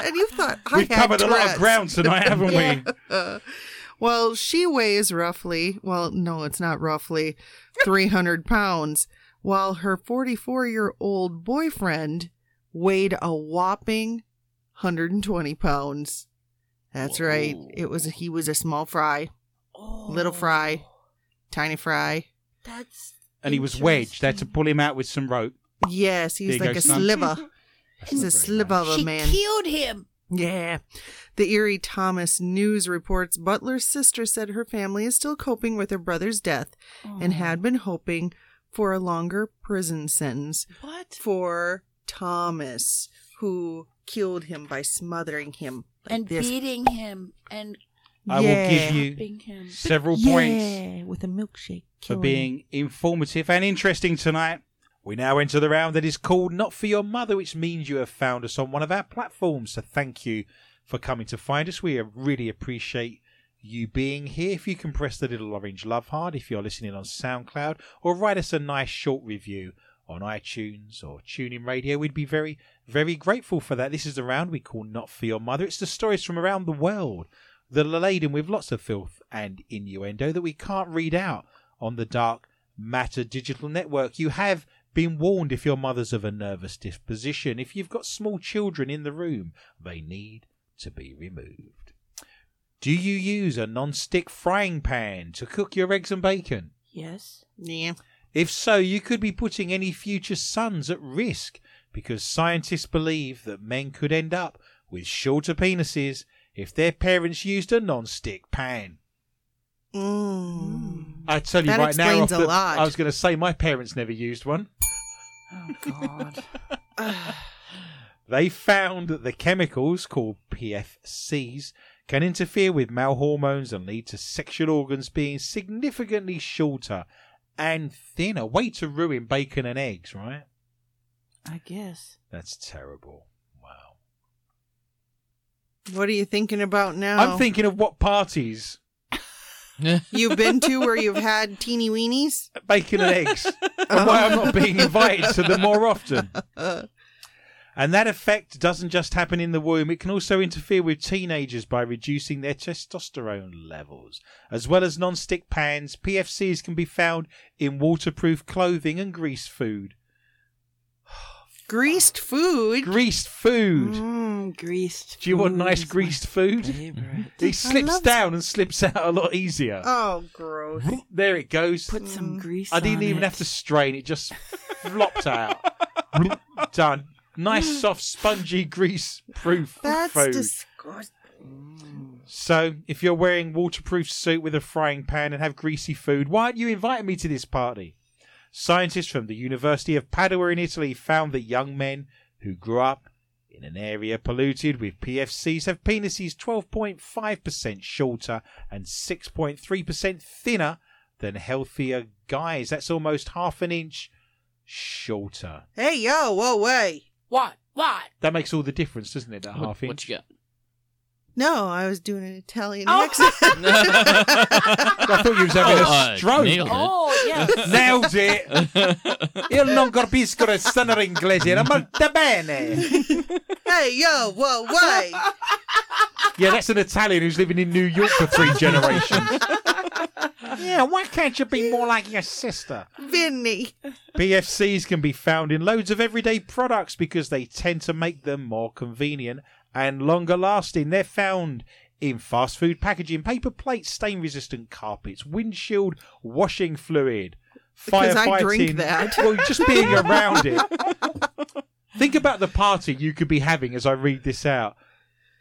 S6: and you thought I
S2: We've
S6: had
S2: covered a lot of
S6: Tourette's.
S2: ground tonight, haven't we?
S6: Uh, well, she weighs roughly, well, no, it's not roughly, 300 pounds, while her 44 year old boyfriend weighed a whopping 120 pounds. That's right. It was he was a small fry,
S7: Oh,
S6: little fry, tiny fry.
S7: That's
S2: And he was wedged. They had to
S7: interesting.
S2: pull him out with some rope.
S6: Yes, he's
S2: There you
S6: like
S2: go,
S6: a
S2: son.
S6: sliver.
S2: That's
S6: He's
S2: not
S6: a
S2: very
S6: sliver of a
S7: She
S6: man.
S7: killed him.
S6: Yeah. The Erie Thomas News reports Butler's sister said her family is still coping with her brother's death and had been hoping for a longer prison sentence
S3: What?
S6: for Thomas, who killed him by smothering him. like
S7: and
S6: this.
S7: beating him and
S2: I will give you
S7: beating him.
S2: several
S6: yeah,
S2: points
S6: with a milkshake.
S2: for
S6: killing.
S2: being informative and interesting tonight. We now enter the round that is called Not For Your Mother, which means you have found us on one of our platforms. So thank you for coming to find us. We really appreciate you being here. If you can press the little orange love heart, if you're listening on SoundCloud, or write us a nice short review on iTunes or TuneIn Radio, we'd be very, very grateful for that. This is the round we call Not For Your Mother. It's the stories from around the world that are laden with lots of filth and innuendo that we can't read out on the Dark Matter Digital Network. You have been warned if your mother's of a nervous disposition. If you've got small children in the room, they need to be removed. Do you use a non stick frying pan to cook your eggs and bacon?
S7: Yes.
S6: Yeah.
S2: If so, you could be putting any future sons at risk because scientists believe that men could end up with shorter penises if their parents used a non stick pan.
S6: Mm.
S2: I tell you
S6: That
S2: right now,
S6: explains
S2: off
S6: a
S2: the-
S6: lot.
S2: I was going to say my parents never used one.
S7: Oh God.
S2: They found that the chemicals called PFCs can interfere with male hormones and lead to sexual organs being significantly shorter and thinner. Way to ruin bacon and eggs, right?
S7: I guess.
S2: That's terrible. Wow.
S6: What are you thinking about now?
S2: I'm thinking of what parties
S6: you've been to where you've had teeny weenies.
S2: uh, bacon and eggs and why I'm not being invited to them more often.
S6: Uh,
S2: And that effect doesn't just happen in the womb, it can also interfere with teenagers by reducing their testosterone levels. As well as non stick pans, PFCs can be found in waterproof clothing and greased food.
S6: greased food.
S2: Greased food!
S7: Mm, greased.
S2: Do you want
S7: food
S2: nice
S7: is my
S2: greased food?
S7: favorite.
S2: He slips
S6: love-
S2: down and slips out a lot easier.
S6: Oh, gross.
S2: There it goes.
S7: Put some grease.
S2: I didn't
S7: on
S2: even
S7: it.
S2: have to strain, it just flopped out. Done. Nice, soft, spongy, grease proof
S6: That's
S2: food.
S6: disgusting.
S2: So, if you're wearing waterproof suit with a frying pan and have greasy food, why aren't you inviting me to this party? Scientists from the University of Padua in Italy found that young men who grew up in an area polluted with PFCs have penises 12.5% shorter and 6.3% thinner than healthier guys. That's almost half an inch shorter.
S6: Hey, yo, whoa, way.
S7: What? What?
S2: That makes all the difference, doesn't it? That
S5: What-
S2: half inch.
S5: What you got?
S6: No, I was doing an Italian
S7: Oh.
S6: accent.
S2: I thought you was having
S5: Oh, uh,
S2: a stroke.
S5: nailed it.
S7: Oh, yes.
S2: Nailed it. Io non capisco il sonoro inglese, era molto bene.
S6: hey, yo, whoa, why?
S2: Yeah, that's an Italian who's living in New York for three generations. yeah, why can't you be more like your sister?
S6: Vinny.
S2: BFCs can be found in loads of everyday products because they tend to make them more convenient and longer lasting. They're found in fast food packaging, paper plates, stain resistant carpets, windshield washing fluid,
S6: Because
S2: firefighting.
S6: I drink that.
S2: Well, just being around it. Think about the party you could be having as I read this out.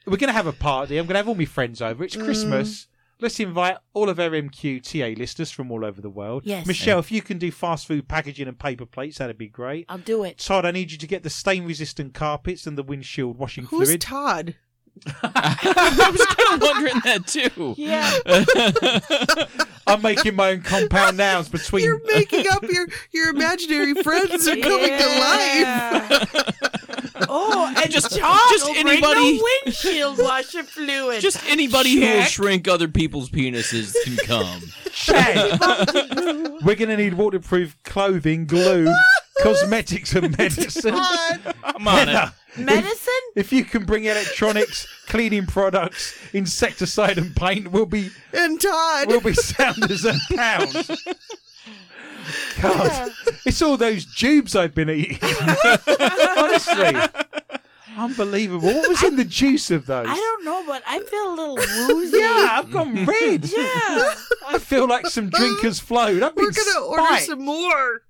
S2: We're going to have a party. I'm going to have all my friends over.
S6: Mm.
S2: It's Christmas. Let's invite all of our MQTA listeners from all over the world.
S7: Yes.
S2: Michelle, if you can do fast food packaging and paper plates, that'd be great.
S7: I'll do it.
S2: Todd, I need you to get the stain resistant carpets and the windshield washing
S6: Who's
S2: fluid.
S6: Todd?
S5: I was kind of wondering that too.
S7: Yeah.
S2: I'm making my own compound nouns between
S6: You're making up your, your imaginary friends are coming to life.
S7: Yeah. oh, and
S5: Just-
S7: just, Todd
S5: just
S7: will
S5: anybody-
S7: Bring the windshield washer fluid.
S5: Just anybody who will
S7: Check.
S5: shrink other people's penises can come.
S2: Chad. We're going to need waterproof clothing, glue, cosmetics, and medicine.
S6: Todd.
S5: Come on, it.
S7: medicine.
S2: If you can bring electronics, cleaning products, insecticide, and paint, we'll be
S6: And Todd.
S2: we'll be sound as a pound. God, it's all those jubes I've been eating.
S5: uh,
S2: Honestly, unbelievable. What was in the juice of those?
S7: I don't know, but I feel a little woozy.
S2: yeah, I've gone red.
S7: Yeah.
S2: I feel like some drinkers flowed. I've been
S6: We're going to order
S2: spiked.
S6: some more.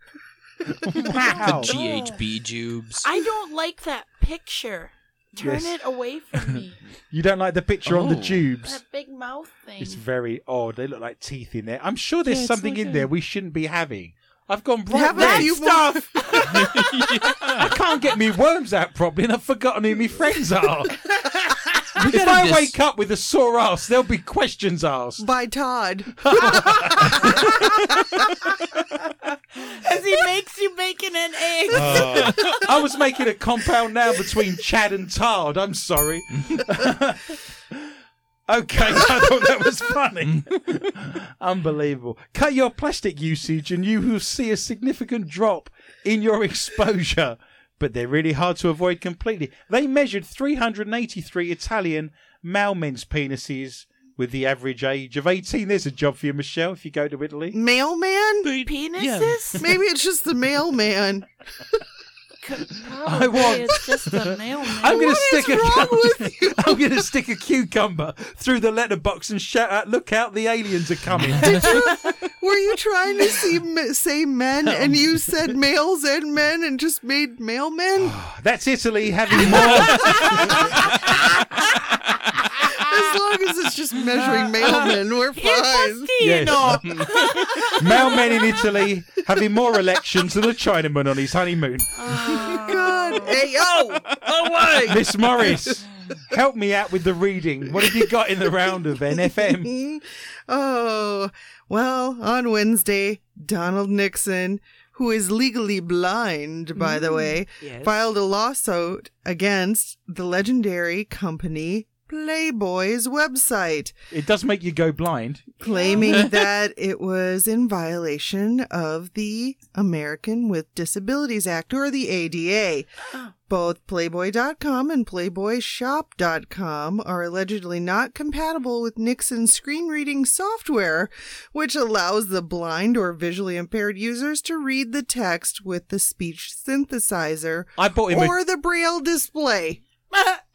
S2: Wow.
S5: GHB jubes.
S7: I don't like that picture. Turn
S2: Yes.
S7: it away from me.
S2: You don't like the picture on the
S5: Oh.
S2: jubes.
S7: that big mouth thing.
S2: It's very odd. They look like teeth in there. I'm sure there's
S6: Yeah, it's
S2: something
S6: like
S2: in
S6: a-
S2: there we shouldn't be having. I've gone bright
S6: Have a
S2: red.
S6: few more-
S2: I can't get me worms out properly, and I've forgotten who my friends are. if
S5: gotta
S2: I
S5: dis-
S2: wake up with a sore ass, there'll be questions asked.
S6: by Todd.
S7: As he makes you bacon and eggs.
S2: Uh, I was making a compound now between Chad and Tard. I'm sorry. okay, I thought that was funny. Unbelievable. Cut your plastic usage and you will see a significant drop in your exposure. But they're really hard to avoid completely. They measured 383 Italian male men's penises with the average age of 18. There's a job for you, Michelle, if you go to Italy.
S6: Mailman?
S7: Penises?
S6: Maybe it's just the mailman.
S7: Could-
S2: I
S7: probably
S2: want-
S7: It's just a nail.
S2: I'm gonna
S6: What is
S2: stick a
S6: wrong with you?
S2: am gonna stick a cucumber through the letterbox and shout out, "Look out! The aliens are coming!"
S6: Were you trying to see, m- say men and you said males and men and just made mailmen?
S2: That's Italy having more.
S6: As long as it's just measuring mailmen, we're fine.
S2: Yes.
S7: know.
S2: Mailmen in Italy having more elections than a Chinaman on his honeymoon.
S6: God. Hey, yo! oh,
S2: Miss Morris, help me out with the reading. What have you got in the round of NFM?
S6: Mm-hmm. Oh, well, on Wednesday, Donald Nixon, who is legally blind, by the way,
S7: yes.
S6: filed a lawsuit against the legendary company Playboy's website,
S2: It does make you go blind.
S6: claiming that it was in violation of the American with Disabilities Act or the ADA. Both Playboy.com and PlayboyShop.com are allegedly not compatible with Nixon's screen reading software, which allows the blind or visually impaired users to read the text with the speech synthesizer
S2: I bought him. A,
S6: or the braille display.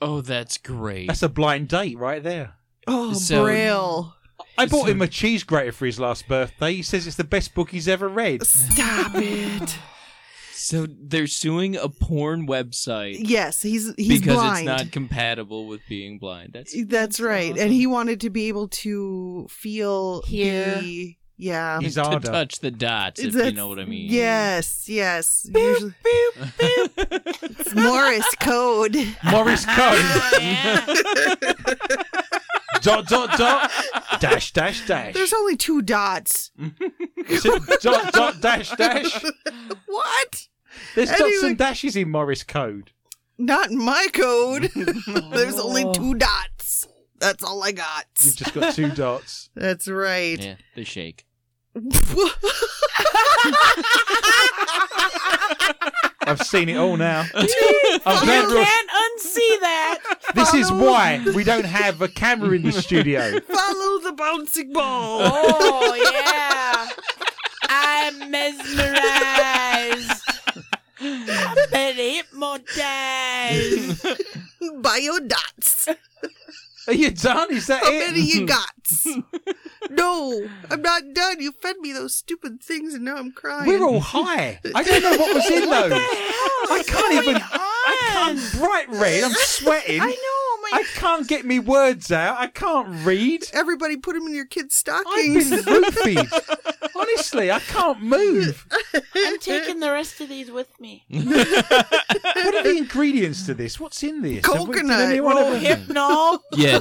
S5: Oh, that's great.
S2: that's a blind date right there.
S6: Oh,
S5: So-
S6: braille.
S2: I bought him a cheese grater for his last birthday. He says it's the best book he's ever read.
S6: Stop it.
S5: So they're suing a porn website
S6: Yes, he's he's
S5: because
S6: blind.
S5: it's not compatible with being blind. That's
S6: That's right.
S5: awesome.
S6: And he wanted to be able to feel
S7: Hear.
S6: the yeah.
S2: His
S5: to
S2: ardor.
S5: touch the dots, if you
S6: That's-
S5: know what I mean.
S6: Yes, yes. Usually, it's Morris code.
S2: Morris Code. dot dot dot dash dash dash
S6: There's only two dots.
S2: dot dot dash dash.
S6: What?
S2: There's dots
S6: Anyway.
S2: and dashes in Morris code.
S6: Not in my code. There's only two dots. That's all I got.
S2: You've just got two dots.
S6: That's right.
S5: Yeah, they shake.
S2: I've seen it all now. I'm
S7: you
S2: glad we're-
S7: can't unsee that.
S2: This is why we don't have a camera in the studio.
S6: Follow the bouncing ball.
S7: Oh yeah, I'm mesmerized. I've been hypnotized.
S6: By your dots.
S2: Are you done? Is that
S6: How
S2: it?
S6: many you got? no, I'm not done. You fed me those stupid things and now I'm crying.
S2: We're all high. I don't know what was in those. I can't even. I can't. Bright red. I'm sweating.
S7: I know. My
S2: I can't get me words out. I can't read.
S6: Everybody put them in your kids'
S2: I've been
S6: stockings.
S2: roofied. Honestly, I can't move.
S7: I'm taking the rest of these with me.
S2: What are the ingredients to this? What's in this? Have we- did
S6: Coconut.
S2: anyone
S7: Oh,
S2: ever-
S7: hypnol.
S5: Yeah,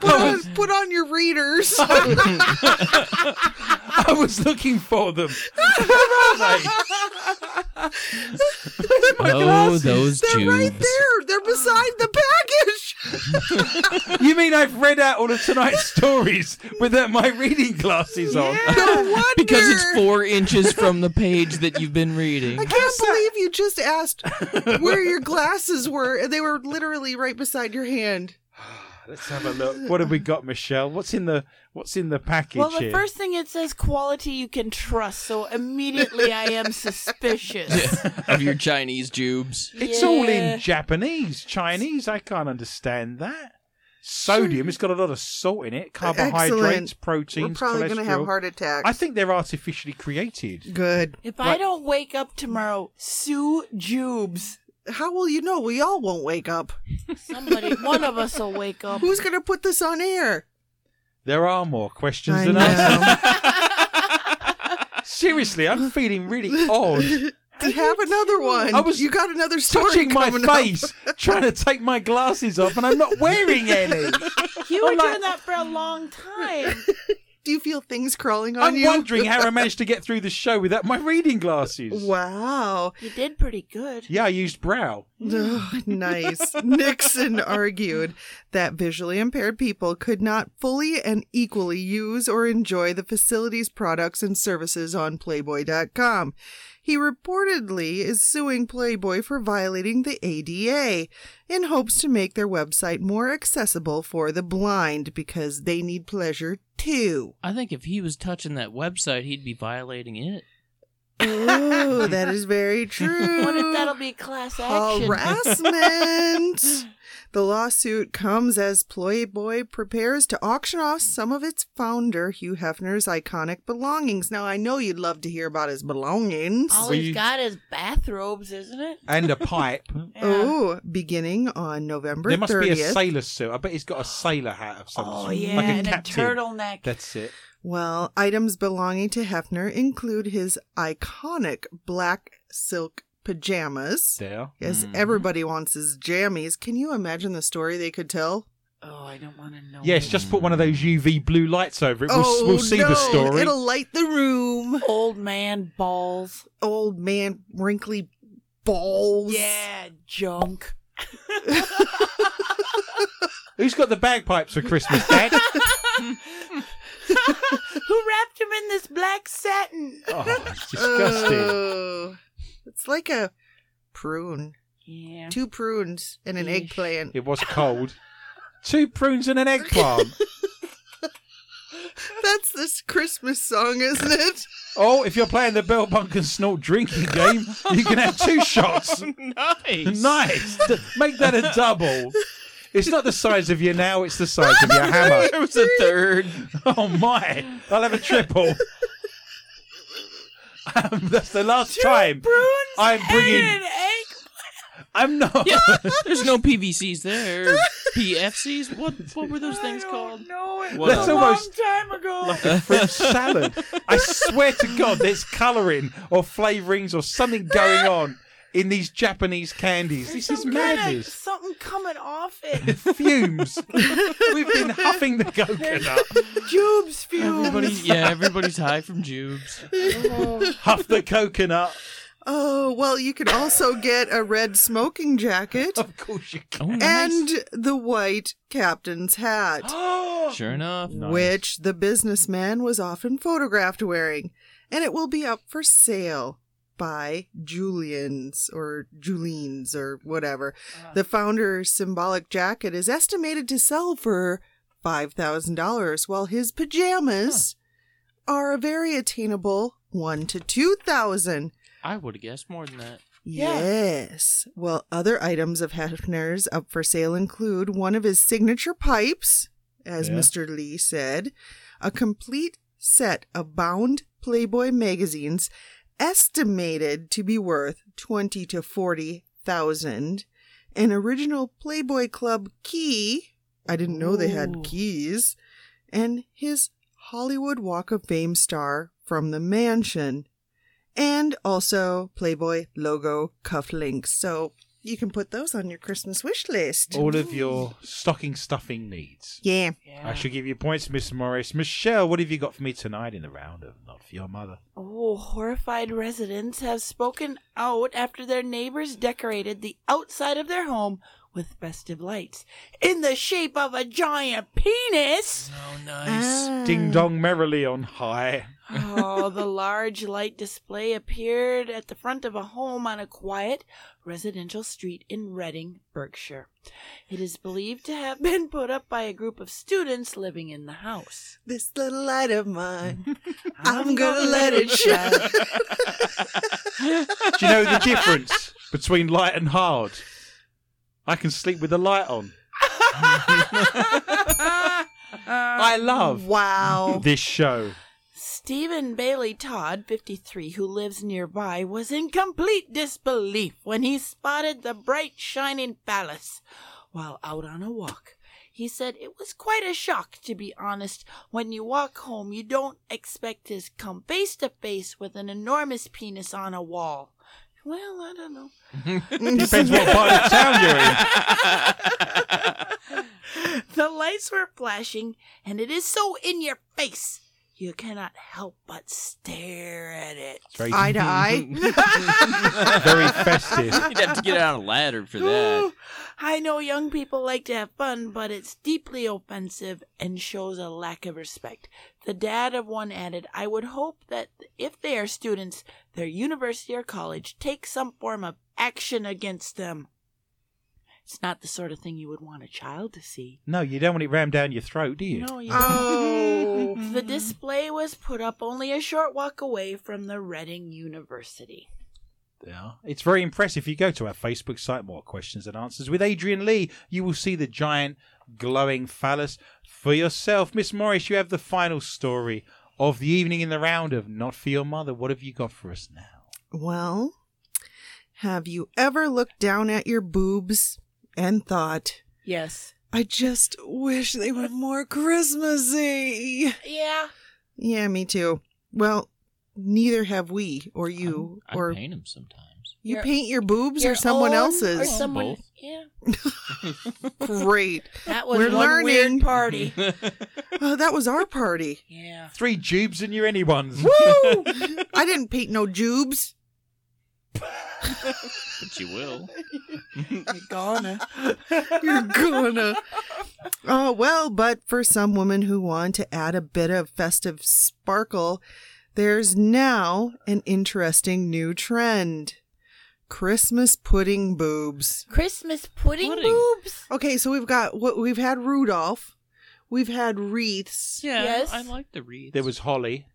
S6: put, on, put on your readers.
S2: I was looking for them. Where are they? Where's my
S5: Oh,
S2: glasses?
S5: those
S6: They're right
S5: tubes.
S6: there. They're beside the package.
S2: You mean I've read out all of tonight's stories without my reading glasses on?
S6: No wonder.
S5: Because it's four inches from the page that you've been reading.
S6: I can't believe you just asked where your glasses were, and they were literally right beside your hand.
S2: Let's have a look. What have we got, Michelle? What's in the What's in the package
S7: Well, the
S2: here?
S7: first thing it says quality you can trust, so immediately I am suspicious.
S5: of your Chinese tubes.
S2: It's all
S7: Yeah.
S2: in Japanese, Chinese. I can't understand that. Sodium. It's got a lot of salt in it. Carbohydrates,
S6: Excellent.
S2: proteins.
S6: we're probably
S2: cholesterol.
S6: gonna have heart attacks.
S2: I think they're artificially created.
S6: Good.
S7: If I
S2: Right.
S7: don't wake up tomorrow, sue Jubes.
S6: How will you know? We all won't wake up.
S7: Somebody, one of us will wake up.
S6: Who's gonna put this on air?
S2: There are more questions
S6: I
S2: than
S6: know.
S2: answers. Seriously, I'm feeling really odd.
S6: to have another one.
S2: I was
S6: you got another story
S2: Touching my
S6: coming up.
S2: face, trying to take my glasses off, and I'm not wearing any.
S7: You were
S2: I'm like-
S7: doing that for a long time.
S6: Do you feel things crawling on
S2: I'm
S6: you?
S2: wondering how I managed to get through the show without my reading glasses.
S6: Wow.
S7: You did pretty good.
S2: Yeah, I used brow.
S6: Ugh, nice. Nixon argued that visually impaired people could not fully and equally use or enjoy the facility's products and services on Playboy.com. He reportedly is suing Playboy for violating the ADA in hopes to make their website more accessible for the blind because they need pleasure too.
S5: I think if he was touching that website, he'd be violating it.
S6: Ooh, that is very true.
S7: What if that'll be class action?
S6: Harassment. the lawsuit comes as Playboy prepares to auction off some of its founder, Hugh Hefner's iconic belongings. Now, I know you'd love to hear about his belongings.
S7: All
S2: We-
S7: he's got is bathrobes, isn't it?
S2: And a pipe.
S7: Yeah.
S6: Oh, beginning on November
S2: there must
S6: 30th.
S2: be a sailor suit. I bet he's got a sailor hat of some
S7: Oh,
S2: sort.
S7: yeah,
S2: like a
S7: and a
S2: captain.
S7: turtleneck.
S2: That's it.
S6: Well, items belonging to Hefner include his iconic black silk pajamas.
S2: There.
S6: Yes,
S5: Mhm.
S6: everybody wants his jammies. Can you imagine the story they could tell?
S7: Oh, I don't want to know.
S2: Yes, just put one of those UV blue lights over it. We'll,
S6: oh,
S2: we'll see
S6: no.
S2: the story.
S6: It'll light the room.
S7: Old man balls.
S6: Old man, wrinkly balls.
S7: Yeah, junk.
S2: Who's got the bagpipes for Christmas, Dad? Oh,
S7: Who wrapped him in this black satin?
S2: oh, it's disgusting.
S6: Oh. it's like a prune.
S7: Yeah.
S6: Two prunes and an
S7: Yeesh.
S6: eggplant.
S2: It was cold. Two prunes and an eggplant.
S6: That's this Christmas song, isn't it?
S2: Oh, if you're playing the Bell Bunk and Snort drinking game, you can have two shots.
S5: Nice.
S2: Nice. D- Make that a double. It's not the size of you now, it's the size of your hammer.
S5: There was a third.
S2: Oh my! I'll have a triple. um, that's the last time I'm bringing.
S7: An egg?
S2: I'm not.
S5: Yeah, there's no PVCs there. PFCs? What what were those things called?
S7: No, it
S5: Well,
S7: was
S2: that's
S7: a
S2: almost-
S7: long time ago.
S2: Like a fruit salad. I swear to God, there's colouring or flavourings or something going on in these Japanese candies. This is
S7: Some kinda-
S2: madness.
S7: something coming off it.
S2: It fumes. We've been huffing the coconut.
S7: Jubes fumes.
S5: Everybody, yeah, everybody's high from jubes.
S2: Huff the coconut.
S6: Oh, well, you could also get a red smoking jacket
S2: Of course you
S5: Oh,
S2: can.
S5: nice.
S6: and the white captain's hat,
S5: sure enough.
S2: Nice.
S6: which the businessman was often photographed wearing. And it will be up for sale by Julian's or Julian's or whatever. The founder's symbolic jacket is estimated to sell for $5,000, while his pajamas are a very attainable one to 2000
S5: I would have guessed more than that.
S6: Yes. Well, other items of Hefner's up for sale include one of his signature pipes, as
S2: Yeah.
S6: Mr. Lee said, a complete set of bound Playboy magazines estimated to be worth 20 to 40,000, an original Playboy Club key, I didn't know they had keys, and his Hollywood Walk of Fame star from the mansion and also Playboy logo cufflinks. So you can put those on your Christmas wish list.
S2: All of your stocking stuffing needs.
S6: Yeah.
S2: I should give you points, Miss Morris. Michelle, what have you got for me tonight in the round of Not For Your Mother?
S7: Oh, horrified residents have spoken out after their neighbors decorated the outside of their home with festive lights in the shape of a giant penis.
S5: Oh,
S6: Ah, Uh.
S2: Ding dong merrily on high.
S7: Oh, the large light display appeared at the front of a home on a quiet residential street in Reading, Berkshire. It is believed to have been put up by a group of students living in the house.
S6: This little light of mine, I'm gonna let it shine.
S2: Do you know the difference between light and hard? I can sleep with the light on. I love
S6: Wow.
S2: this show.
S7: Stephen Bailey Todd, 53, who lives nearby, was in complete disbelief when he spotted the bright, shining palace while out on a walk. He said it was quite a shock, to be honest. When you walk home, you don't expect to come face to face with an enormous penis on a wall. Well, I don't know.
S2: Depends what
S6: Oh,
S2: part of town you're in.
S7: The lights were flashing, and it is so in your face, you cannot help but stare at it.
S2: Very,
S6: Eye to eye.
S2: very festive.
S5: You'd have to get out a ladder for that.
S7: I know young people like to have fun, but it's deeply offensive and shows a lack of respect. The dad of one added, I would hope that if they are students, their university or college takes some form of action against them. It's not the sort of thing you would want a child to see.
S2: No, you don't want it rammed down your throat, do you?
S7: No, you don't.
S6: Oh.
S7: The display was put up only a short walk away from the Reading University.
S2: Yeah. It's very impressive. If you go to our Facebook site, more questions and answers with Adrian Lee, you will see the giant glowing phallus for yourself. Miss Morris, you have the final story of the evening in the round of Not For Your Mother. What have you got for us now?
S6: Well, have you ever looked down at your boobs and thought,
S7: Yes.
S6: I just wish they were more Christmassy?
S7: Yeah.
S6: Yeah, me too. Well, neither have we or you
S5: I
S6: or
S5: paint them sometimes.
S6: you
S7: Your-
S6: paint your boobs
S7: Your
S6: or someone
S7: own Or
S6: else's.
S7: someone,
S5: Both.
S7: Yeah.
S6: Great.
S7: That was
S6: We're
S7: one
S6: learning.
S7: weird party.
S6: Oh, that was our party.
S7: yeah.
S2: Three jubes and your anyones.
S6: Woo! I didn't paint no jubes.
S5: But you will.
S3: Gonna.
S6: You're gonna. Oh, well, but for some women who want to add a bit of festive sparkle, there's now an interesting new trend Christmas pudding boobs.
S7: Christmas pudding,
S5: Pudding.
S7: boobs.
S6: Okay, so we've got what we've had Rudolph, we've had wreaths.
S5: Yeah,
S7: Yes.
S5: I like the wreath.
S2: there was Holly.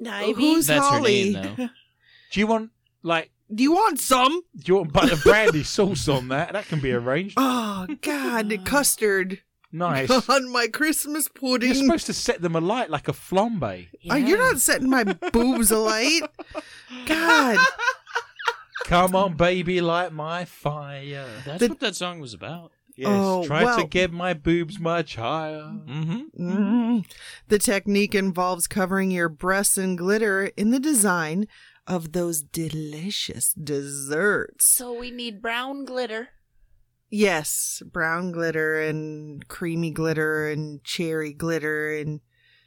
S7: And Ivy.
S6: Who's
S5: That's
S6: Holly?
S5: her name, though.
S2: Do you want like
S6: Do you want some?
S2: do you want butter brandy sauce on that? That can be arranged.
S6: Oh God, custard
S2: Nice.
S6: on my Christmas
S2: You're
S6: pudding.
S2: supposed to set them alight like a flambe.
S6: Oh, you're not setting my boobs alight. God,
S2: Come on, baby, light my fire.
S5: That's
S6: The-
S5: what that song was about.
S2: Yes,
S6: Oh,
S2: try to
S6: well-
S2: get my boobs much higher.
S5: Mm-hmm.
S6: Mm. the technique involves covering your breasts in glitter in the design of those delicious desserts.
S7: So we need brown glitter.
S6: Yes, brown glitter and creamy glitter and cherry glitter and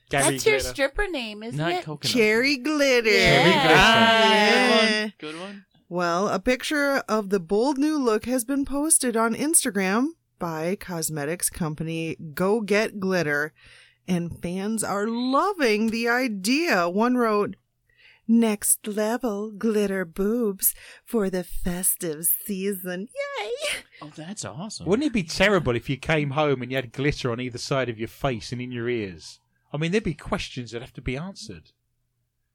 S2: Gary
S7: That's your
S2: Glitter.
S7: stripper name, isn't
S5: Not
S7: it?
S5: coconut.
S6: Cherry glitter.
S7: Cherry glitter.
S6: Yeah.
S5: Good one.
S6: Well, a picture of the bold new look has been posted on Instagram by cosmetics company Go Get Glitter, and fans are loving the idea. One wrote, Next level glitter boobs for the festive season. Yay!
S5: Oh, that's awesome.
S2: Wouldn't it be terrible if you came home and you had glitter on either side of your face and in your ears? I mean, there'd be questions that have to be answered.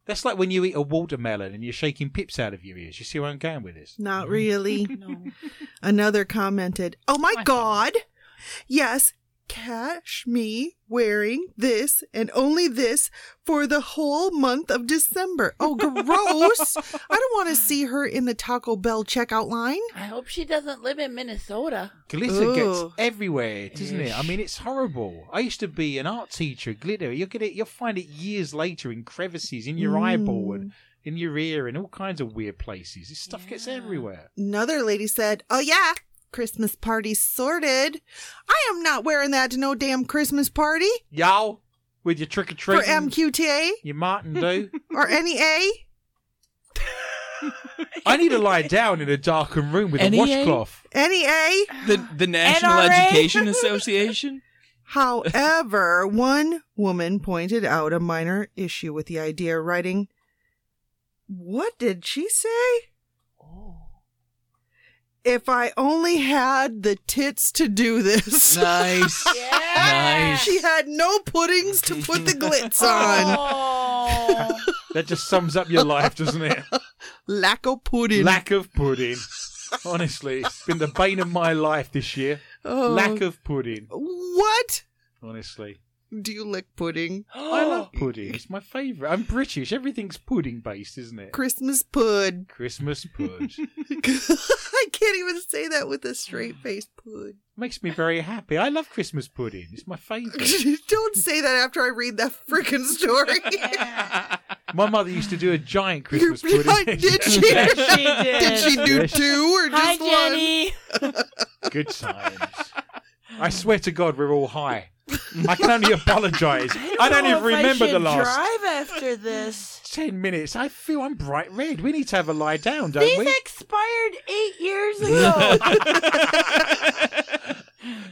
S2: That's like when you eat a watermelon and you're shaking pips out of your ears. You see where I'm going with this?
S6: Not really.
S7: No.
S6: Another commented, Oh my
S5: I thought-
S6: God! Yes, cash me wearing this and only this for the whole month of December. Oh, gross! I don't want to see her in the Taco Bell checkout line.
S7: I hope she doesn't live in Minnesota.
S2: Glitter
S6: Ooh.
S2: gets everywhere, doesn't it? I mean, it's horrible. I used to be an art teacher. Glitter, you'll get it. You'll find it years later in crevices in your eyeball and
S6: Mm.
S2: in your ear and all kinds of weird places. This stuff gets everywhere.
S6: Another lady said, Oh, yeah, Christmas party sorted. I am not wearing that to no damn Christmas party
S2: Y'all, with your trick or
S6: for
S2: treating,
S6: MQTA
S2: your Martin do.
S6: or NEA.
S2: I need to lie down in a darkened room with a
S5: NEA?
S2: washcloth.
S6: NEA.
S5: The the National
S7: NRA?
S5: Education Association.
S6: However, one woman pointed out a minor issue with the idea, writing, What did she say? If I only had the tits to do this.
S5: Nice. Nice.
S6: She had no puddings to put the glitz on.
S7: Oh.
S2: That just sums up your life, doesn't it?
S6: Lack of pudding.
S2: Lack of pudding. Honestly, it's been the bane of my life this year.
S6: Oh.
S2: Lack of pudding.
S6: What?
S2: Honestly,
S6: Do you lick pudding?
S2: I love pudding. It's my favourite. I'm British. Everything's pudding based, isn't it?
S6: Christmas pud.
S2: Christmas pud
S6: I can't even say that with a straight face. Pud.
S2: makes me very happy. I love Christmas pudding. It's my favourite.
S6: Don't say that after I read that freaking story.
S2: My mother used to do a giant
S6: Your-
S2: Christmas pudding.
S6: did she?
S7: she did.
S6: Did she do
S2: Yes.
S6: two or
S7: Hi,
S6: just one?
S7: Jenny.
S2: Good times. I swear to God, we're all high. I can only apologise. I don't, even
S7: know if
S2: remember
S7: I
S2: the
S7: should
S2: last.
S7: Drive after this.
S2: 10 minutes. I feel I'm bright red. We need to have a lie down, don't
S7: These
S2: we?
S7: expired eight years ago.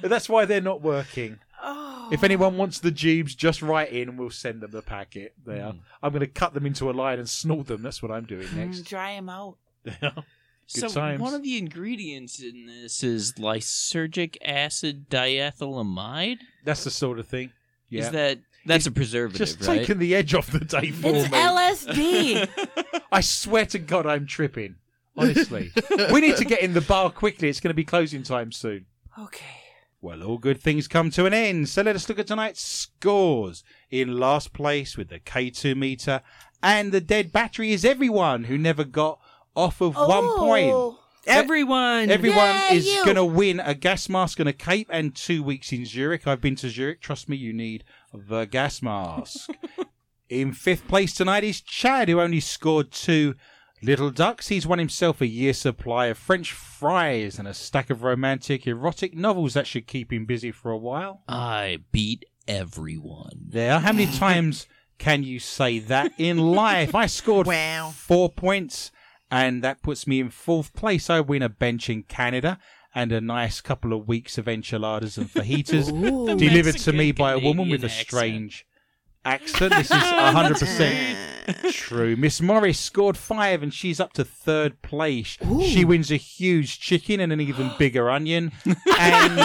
S2: That's why they're not working.
S7: oh.
S2: If anyone wants the jubes, just write in and we'll send them the packet. There.
S5: Hmm.
S2: I'm going to cut them into a line and snort them. That's what I'm doing
S7: Mm,
S2: next.
S7: dry them out.
S5: so
S2: times.
S5: one of the ingredients in this is lysergic acid diethylamide.
S2: That's the sort of thing. Yeah.
S5: Is that that's a preservative,
S2: just
S5: right?
S2: taking the edge off the day for
S7: It's
S2: me.
S7: LSD.
S2: I swear to God, I'm tripping. Honestly. we need to get in the bar quickly. It's going to be closing time soon.
S7: okay.
S2: Well, all good things come to an end, so let us look at tonight's scores. In last place with the K2 meter and the dead battery is everyone who never got off of one point.
S7: Oh.
S3: Everyone.
S2: Everyone
S7: Yay,
S2: is
S7: you.
S2: going to win a gas mask and a cape and two weeks in Zurich. I've been to Zurich. Trust me, you need the gas mask. in fifth place tonight is Chad, who only scored two little ducks. He's won himself a year's supply of French fries and a stack of romantic, erotic novels that should keep him busy for a while.
S5: I beat everyone.
S2: There. How many times can you say that in life? I scored
S6: Wow.
S2: four points, and that puts me in fourth place. I win a bench in Canada and a nice couple of weeks of enchiladas and fajitas delivered to me by a woman with a
S5: Mexican-Canadian
S2: strange accent. This is 100% true. Miss Morris scored five, and she's up to third place. She wins a huge chicken and an even bigger onion. And.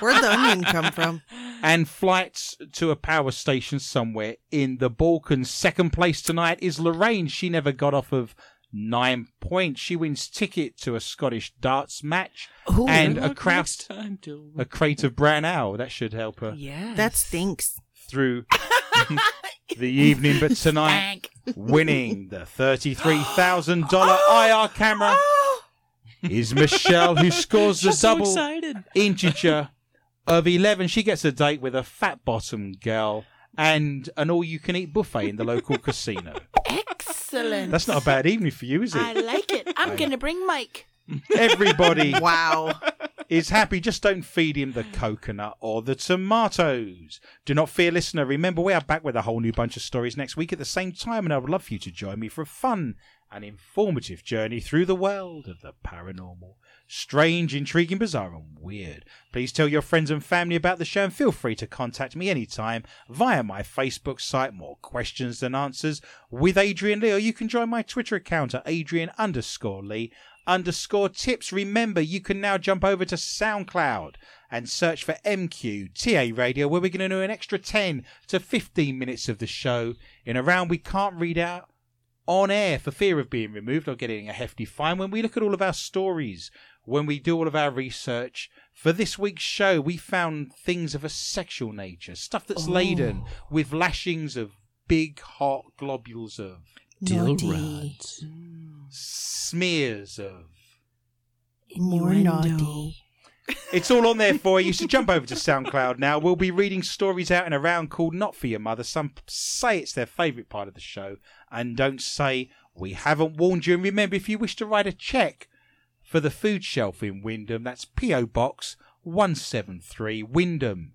S6: Where'd the onion come from?
S2: and flights to a power station somewhere in the Balkans. Second place tonight is Lorraine. She never got off of nine points. She wins ticket to a Scottish darts match and a crate,
S5: time to
S2: a crate of brown ale. That should help her
S7: Yeah.
S6: That stinks.
S2: through the evening. But tonight,
S7: Thank.
S2: winning the $33,000 IR camera is Michelle, who scores the
S5: so
S2: double
S5: excited.
S2: integer of 11 she gets a date with a fat bottom girl and an all you can eat buffet in the local casino
S7: Excellent.
S2: that's not a bad evening for you is
S7: I
S2: it
S7: like it. I'm going to bring Mike.
S2: everybody
S6: Wow.
S2: is happy. Just don't feed him the coconut or the tomatoes. Do not fear, listener. Remember, we are back with a whole new bunch of stories next week at the same time, and I would love for you to join me for a fun and informative journey through the world of the paranormal. Strange, intriguing, bizarre, and weird. Please tell your friends and family about the show and feel free to contact me anytime via my Facebook site, More Questions Than Answers, with Adrian Lee, or you can join my Twitter account at Adrian underscore Lee underscore tips. Remember, you can now jump over to SoundCloud and search for MQTA Radio, where we're going to do an extra 10 to 15 minutes of the show in a round we can't read out on air for fear of being removed or getting a hefty fine. When we look at all of our stories, when we do all of our research for this week's show, we found things of a sexual nature, stuff that's laden with lashings of big, hot globules of
S5: Dill
S7: Naughty.
S5: rods.
S2: smears of.
S7: More naughty.
S2: It's all on there for you. So jump over to SoundCloud now. We'll be reading stories out in a round called Not For Your Mother. Some say it's their favourite part of the show and don't say we haven't warned you. And remember, if you wish to write a cheque for the food shelf in Wyndham, that's P.O. Box 173 Wyndham,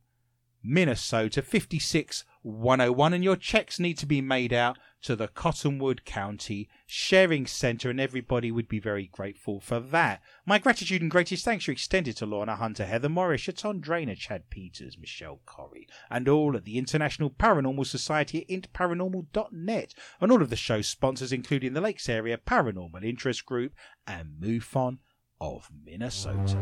S2: Minnesota 56101. And your cheques need to be made out to the Cottonwood County Sharing Centre, and everybody would be very grateful for that. My gratitude and greatest thanks are extended to Lorna Hunter, Heather Morris, Chaton Drainer, Chad Peters, Michelle Corrie, and all at the International Paranormal Society at intparanormal.net, and all of the show's sponsors, including the Lakes Area Paranormal Interest Group and MUFON of Minnesota.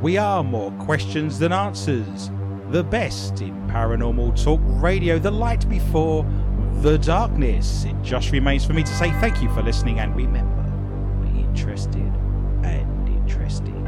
S2: We are more questions than answers. The best in paranormal talk radio, the light before the darkness. It just remains for me to say thank you for listening and remember, be interested and interesting.